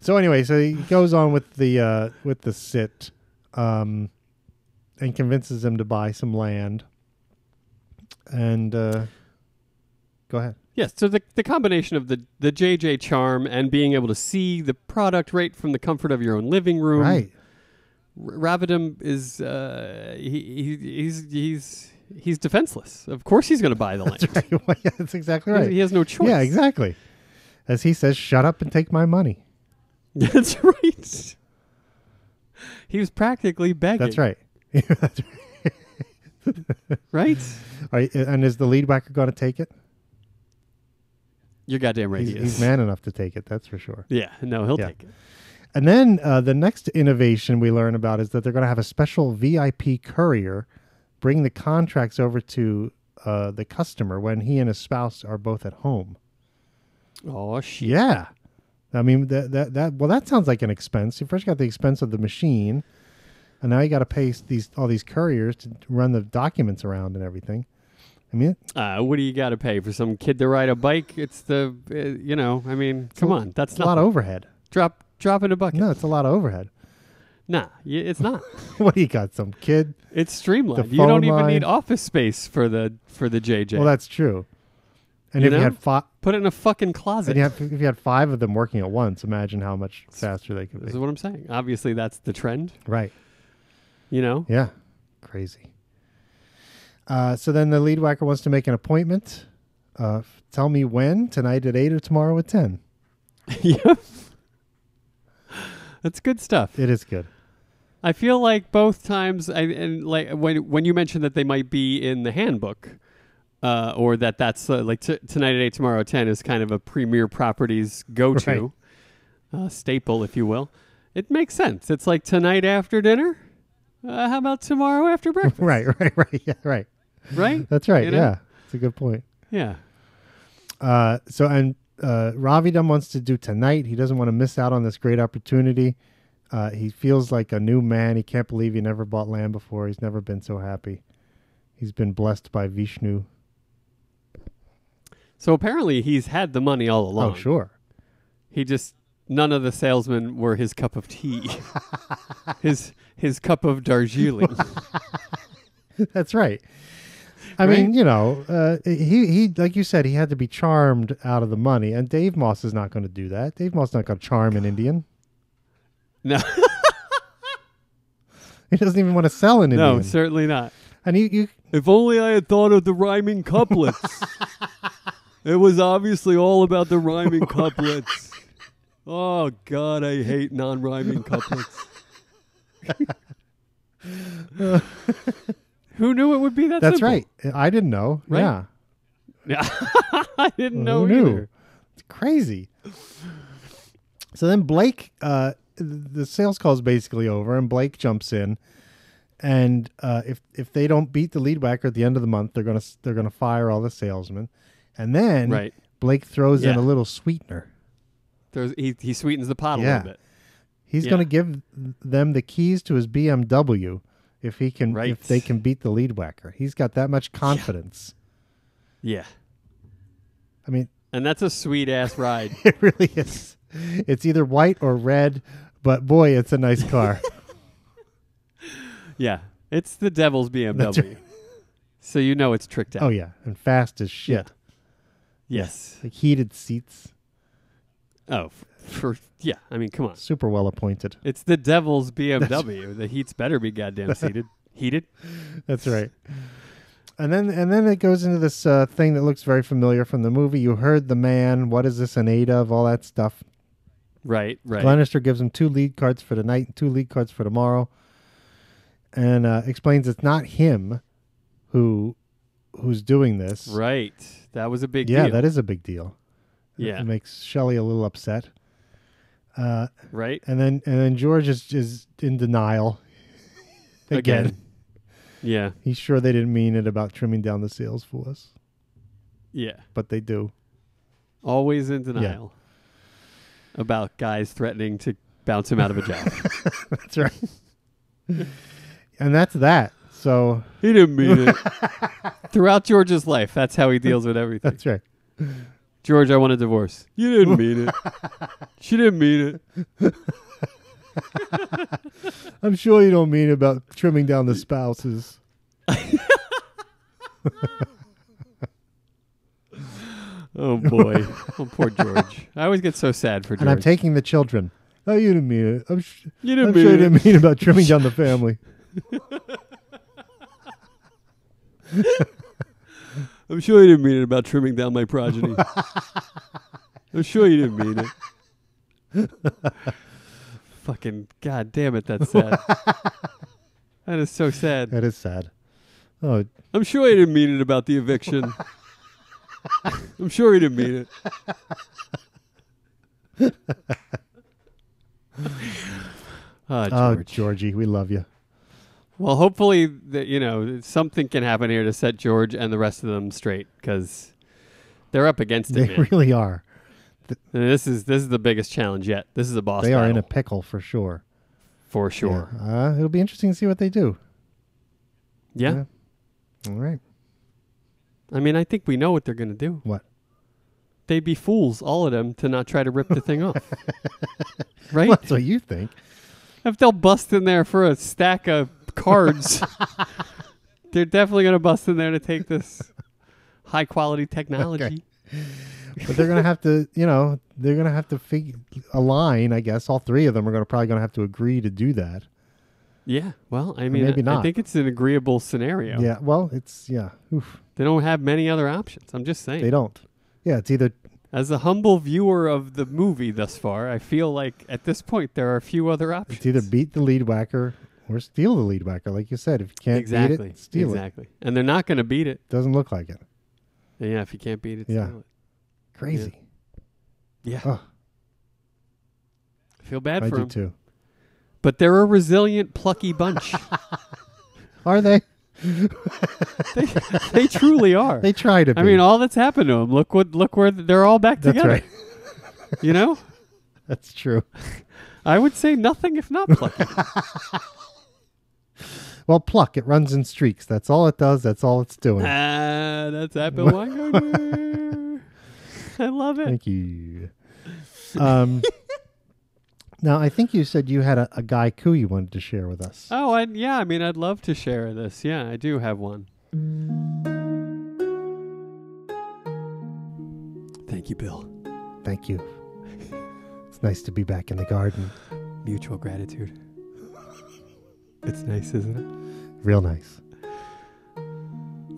Speaker 5: so anyway so he goes on with the uh with the sit um and convinces him to buy some land and uh go ahead
Speaker 2: Yes. So the, the combination of the, the JJ charm and being able to see the product right from the comfort of your own living room.
Speaker 5: right
Speaker 2: R- Ravidam is uh, he, he he's he's he's defenseless. Of course, he's going to buy the land.
Speaker 5: Yeah, [laughs] that's exactly
Speaker 2: He-
Speaker 5: right
Speaker 2: He has no choice.
Speaker 5: Yeah, exactly. As he says, shut up and take my money.
Speaker 2: [laughs] That's right. He was practically begging.
Speaker 5: That's right. That's right.
Speaker 2: Right?
Speaker 5: All right, And is the lead whacker going to take it?
Speaker 2: You're goddamn right.
Speaker 5: He's,
Speaker 2: he
Speaker 5: he's
Speaker 2: is.
Speaker 5: man enough to take it, that's for sure.
Speaker 2: Yeah. No, he'll
Speaker 5: Yeah.
Speaker 2: take it.
Speaker 5: And then uh, the next innovation we learn about is that they're going to have a special VIP courier bring the contracts over to uh, the customer when he and his spouse are both at home.
Speaker 2: Oh shit!
Speaker 5: Yeah. I mean that that that well that sounds like an expense. You first got the expense of the machine, and now you got to pay s- these all these couriers to run the documents around and everything. I mean,
Speaker 2: Uh, what do you got to pay for some kid to ride a bike? It's the uh, you know. I mean, come on, that's
Speaker 5: it's a lot
Speaker 2: not
Speaker 5: of overhead.
Speaker 2: drop drop in a bucket.
Speaker 5: No, it's a lot of overhead. [laughs]
Speaker 2: Nah, y- it's not.
Speaker 5: what do you got? Some kid?
Speaker 2: It's streamlined. You
Speaker 5: phone
Speaker 2: don't even
Speaker 5: line.
Speaker 2: need office space for the for the JJ.
Speaker 5: Well, that's true. And
Speaker 2: You
Speaker 5: if
Speaker 2: know?
Speaker 5: you had five,
Speaker 2: Put it in a fucking closet.
Speaker 5: and you had, if you had five of them working at once, imagine how much faster they could
Speaker 2: This [laughs] is
Speaker 5: be.
Speaker 2: what I'm saying. Obviously, that's the trend.
Speaker 5: Right.
Speaker 2: You
Speaker 5: [laughs]
Speaker 2: know. [laughs]
Speaker 5: Yeah. Crazy. Uh, so then the lead whacker wants to make an appointment. Uh, f- tell me when tonight at eight or tomorrow at ten.
Speaker 2: Yep. That's good stuff.
Speaker 5: It is good.
Speaker 2: I feel like both times, I, and like when when you mentioned that they might be in the handbook, uh, or that that's uh, like t- tonight at eight, tomorrow at ten is kind of a premier properties go to uh, staple, if you will. It makes sense. It's like tonight after dinner. Uh, how about tomorrow after
Speaker 5: [laughs]
Speaker 2: breakfast?
Speaker 5: Right. Right. Right. Yeah. Right.
Speaker 2: right?
Speaker 5: That's right.
Speaker 2: You know?
Speaker 5: Yeah. It's a good point.
Speaker 2: Yeah.
Speaker 5: Uh, so and uh, Ravidam wants to do tonight. He doesn't want to miss out on this great opportunity. Uh, he feels like a new man. He can't believe he never bought land before. He's never been so happy. He's been blessed by Vishnu.
Speaker 2: So apparently he's had the money all along.
Speaker 5: Oh, sure. [laughs]
Speaker 2: He just none of the salesmen were his cup of
Speaker 5: [laughs]
Speaker 2: tea. his his cup of Darjeeling.
Speaker 5: That's right. I mean, you know, uh, he he like you said, he had to be charmed out of the money, and Dave Moss is not going to do that. Dave Moss is not going to charm an Indian.
Speaker 2: no,
Speaker 5: He doesn't even want to sell an Indian.
Speaker 2: no, certainly not.
Speaker 5: And you, you
Speaker 2: If only I had thought of the rhyming couplets. it was obviously all about the rhyming couplets. Oh God, I hate non-rhyming couplets. [laughs] Who knew it would be that?
Speaker 5: that's
Speaker 2: simple?
Speaker 5: right. I didn't know.
Speaker 2: Right?
Speaker 5: Yeah,
Speaker 2: [laughs] I didn't know
Speaker 5: Who knew?
Speaker 2: either.
Speaker 5: It's crazy. So then Blake, uh, th- the sales call is basically over, and Blake jumps in, and uh, if if they don't beat the lead whacker at the end of the month, they're gonna s- they're gonna fire all the salesmen, and then
Speaker 2: Right.
Speaker 5: Blake throws in
Speaker 2: Yeah.
Speaker 5: a little sweetener.
Speaker 2: There's, he, he sweetens the pot a
Speaker 5: Yeah.
Speaker 2: little bit.
Speaker 5: He's
Speaker 2: Yeah.
Speaker 5: going to give them the keys to his BMW if he can
Speaker 2: Right.
Speaker 5: if they can beat the lead whacker. He's got that much confidence.
Speaker 2: Yeah.
Speaker 5: I mean, [laughs]
Speaker 2: And that's a sweet ass ride.
Speaker 5: it really is. It's either white or red, but boy, it's a nice car.
Speaker 2: yeah. It's the devil's BMW.
Speaker 5: right.
Speaker 2: So you know it's tricked out.
Speaker 5: oh yeah, and fast as shit.
Speaker 2: Yes.
Speaker 5: Like heated seats,
Speaker 2: Oh, f- for yeah. I mean, come on.
Speaker 5: super well appointed.
Speaker 2: It's the
Speaker 5: [laughs]
Speaker 2: devil's BMW. the heat's better be goddamn seated. Heated. [laughs]
Speaker 5: That's right. And then and then it goes into this uh, thing that looks very familiar from the movie. You heard the man. What is this in aid of? All that stuff.
Speaker 2: Right. Right.
Speaker 5: Glenister gives him two lead cards for tonight and two lead cards for tomorrow, and uh, explains it's not him who who's doing this.
Speaker 2: Right. That was a big
Speaker 5: Yeah,
Speaker 2: deal.
Speaker 5: that is a big deal.
Speaker 2: yeah.
Speaker 5: It makes Shelley a little upset,
Speaker 2: right.
Speaker 5: and then and then George is is in denial. [laughs] Again,
Speaker 2: Yeah.
Speaker 5: he's sure they didn't mean it about trimming down the sails for us,
Speaker 2: Yeah.
Speaker 5: but they do. [laughs]
Speaker 2: Always in denial about guys threatening to bounce him out of a
Speaker 5: [laughs]
Speaker 2: job.
Speaker 5: That's right. [laughs] and that's that. So
Speaker 2: he didn't mean
Speaker 5: [laughs]
Speaker 2: it. Throughout George's life, that's how he deals with everything.
Speaker 5: [laughs] that's right.
Speaker 2: George, I want a divorce. You didn't mean
Speaker 5: [laughs]
Speaker 2: it. she didn't mean it.
Speaker 5: I'm sure you don't mean about trimming down the spouses.
Speaker 2: Oh
Speaker 5: [laughs]
Speaker 2: boy. oh poor George. I always get so sad for George.
Speaker 5: and I'm taking the children. Oh, you didn't mean it. I'm, sh-
Speaker 2: You didn't
Speaker 5: I'm
Speaker 2: mean
Speaker 5: sure
Speaker 2: it.
Speaker 5: you didn't mean about trimming down the family.
Speaker 2: I'm sure you didn't mean it about trimming down my progeny. I'm sure you didn't mean it. [laughs] Fucking god damn it, that's sad. that is so sad.
Speaker 5: [laughs] That is sad. Oh,
Speaker 2: I'm sure you didn't mean it about the eviction. I'm sure you didn't mean it. Ah,
Speaker 5: oh,
Speaker 2: George.
Speaker 5: Oh, uh, Georgie, we love you.
Speaker 2: Ah, Well, hopefully, that you know something can happen here to set George and the rest of them straight because they're up against
Speaker 5: They
Speaker 2: it. man.
Speaker 5: really are.
Speaker 2: this is this is the biggest challenge yet. This is a boss.
Speaker 5: They are in a
Speaker 2: battle,
Speaker 5: pickle for sure.
Speaker 2: for sure.
Speaker 5: Yeah. Uh, it'll be interesting to see what they do.
Speaker 2: Yeah.
Speaker 5: Yeah. All right.
Speaker 2: I mean, I think we know what they're going to do.
Speaker 5: What? [laughs]
Speaker 2: They'd be fools, all of them, to not try to rip the thing
Speaker 5: [laughs]
Speaker 2: off, right?
Speaker 5: Well, that's what you think.
Speaker 2: If they'll bust in there for a stack of
Speaker 5: [laughs]
Speaker 2: cards, they're definitely going to bust in there to take this high quality technology.
Speaker 5: But they're gonna have to, you know, they're gonna have to fig- align. I guess all three of them are gonna probably gonna have to agree to do that.
Speaker 2: Yeah. Well, I mean,
Speaker 5: maybe
Speaker 2: I- I
Speaker 5: not.
Speaker 2: think it's an agreeable scenario.
Speaker 5: Yeah. Well, it's yeah. Oof.
Speaker 2: They don't have many other options. I'm just saying.
Speaker 5: They don't. Yeah. It's either
Speaker 2: As a humble viewer of the movie thus far, I feel like at this point there are a few other options.
Speaker 5: it's either beat the lead whacker or steal the lead whacker. Like you said, if you can't
Speaker 2: exactly
Speaker 5: beat it, steal
Speaker 2: exactly, and they're not going to beat it.
Speaker 5: it. Doesn't look like it.
Speaker 2: Yeah, if you can't beat it,
Speaker 5: Yeah.
Speaker 2: steal it.
Speaker 5: Crazy.
Speaker 2: Yeah.
Speaker 5: Oh,
Speaker 2: I feel bad
Speaker 5: I
Speaker 2: for
Speaker 5: do
Speaker 2: them,
Speaker 5: too.
Speaker 2: but they're a resilient, plucky bunch.
Speaker 5: [laughs]
Speaker 2: [laughs]
Speaker 5: Are they?
Speaker 2: they, they truly are.
Speaker 5: They try to. Be.
Speaker 2: I mean, all that's happened to them. Look what, look where th- they're all back
Speaker 5: that's
Speaker 2: together.
Speaker 5: right. [laughs]
Speaker 2: You know,
Speaker 5: That's true.
Speaker 2: I would say nothing if not
Speaker 5: [laughs]
Speaker 2: plucky.
Speaker 5: Well, pluck. It runs in streaks. That's all it does. That's all it's doing.
Speaker 2: ah, that's Apple
Speaker 5: [laughs]
Speaker 2: Weingartner. I love it.
Speaker 5: Thank you. Um, now, I think you said you had a, a guy coup you wanted to share with us.
Speaker 6: Uh,
Speaker 2: Oh, I, yeah. I mean, I'd love to share this. Yeah, I do have one.
Speaker 6: Thank you, Bill.
Speaker 5: Thank you. It's nice to be back in the garden.
Speaker 6: Mutual gratitude.
Speaker 2: It's nice, isn't
Speaker 5: Real nice.
Speaker 2: it?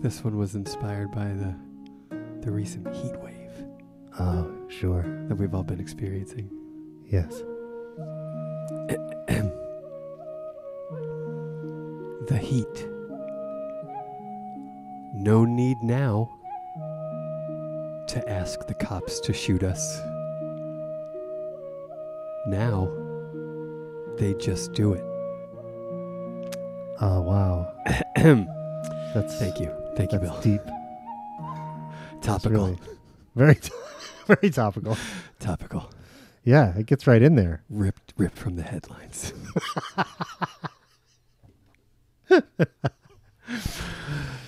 Speaker 2: This one was inspired by the the recent heat wave
Speaker 5: Oh, sure.
Speaker 2: that we've all been experiencing.
Speaker 5: Yes.
Speaker 6: The heat. No need now to ask the cops to shoot us. Now, they just do it.
Speaker 5: Oh,
Speaker 6: [coughs]
Speaker 5: wow. That's
Speaker 6: Thank you. Thank you,
Speaker 5: That's
Speaker 6: Bill.
Speaker 5: deep. That's
Speaker 6: Topical.
Speaker 5: really- very, t- [laughs] very topical.
Speaker 6: Topical.
Speaker 5: Yeah, it gets right in there.
Speaker 6: Ripped, ripped from the headlines.
Speaker 2: [laughs]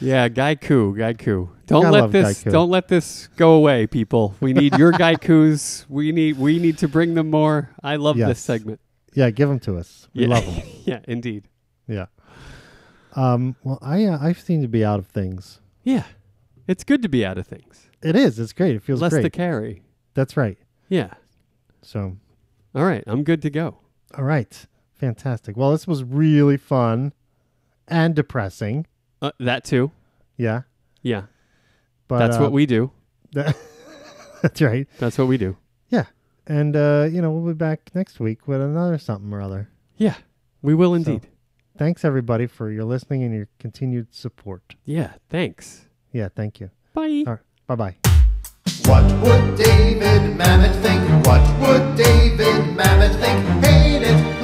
Speaker 2: Yeah, Gaiku, Gaiku. Don't
Speaker 5: I
Speaker 2: let
Speaker 5: love
Speaker 2: this
Speaker 5: Gaiku.
Speaker 2: don't let this go away, people. We need
Speaker 5: [laughs]
Speaker 2: your Gaikus. We need we need to bring them more. I love this
Speaker 5: Yes.
Speaker 2: segment.
Speaker 5: Yeah, give them to us. We
Speaker 2: yeah.
Speaker 5: love 'em. love them.
Speaker 2: [laughs] yeah, indeed.
Speaker 5: Yeah. Um, well, I uh, I seem to be out of things.
Speaker 2: Yeah. It's good to be out of things.
Speaker 5: It is. It's great. It feels
Speaker 2: Less
Speaker 5: great.
Speaker 2: to carry.
Speaker 5: That's right.
Speaker 2: Yeah.
Speaker 5: So
Speaker 2: All right, I'm good to go.
Speaker 5: All right. Fantastic. Well, this was really fun and depressing.
Speaker 2: Uh, that too.
Speaker 5: Yeah.
Speaker 2: Yeah.
Speaker 5: But
Speaker 2: that's
Speaker 5: uh,
Speaker 2: what we do.
Speaker 5: [laughs] That's right.
Speaker 2: That's what we do.
Speaker 5: Yeah. And uh, you know, we'll be back next week with another something or other.
Speaker 2: Yeah. We will indeed.
Speaker 5: Thanks everybody for your listening and your continued support.
Speaker 2: Yeah, thanks.
Speaker 5: Yeah, thank you.
Speaker 2: Bye.
Speaker 5: All right. Bye-bye.
Speaker 1: What would David Mamet think? What would David Mamet think? Hate it,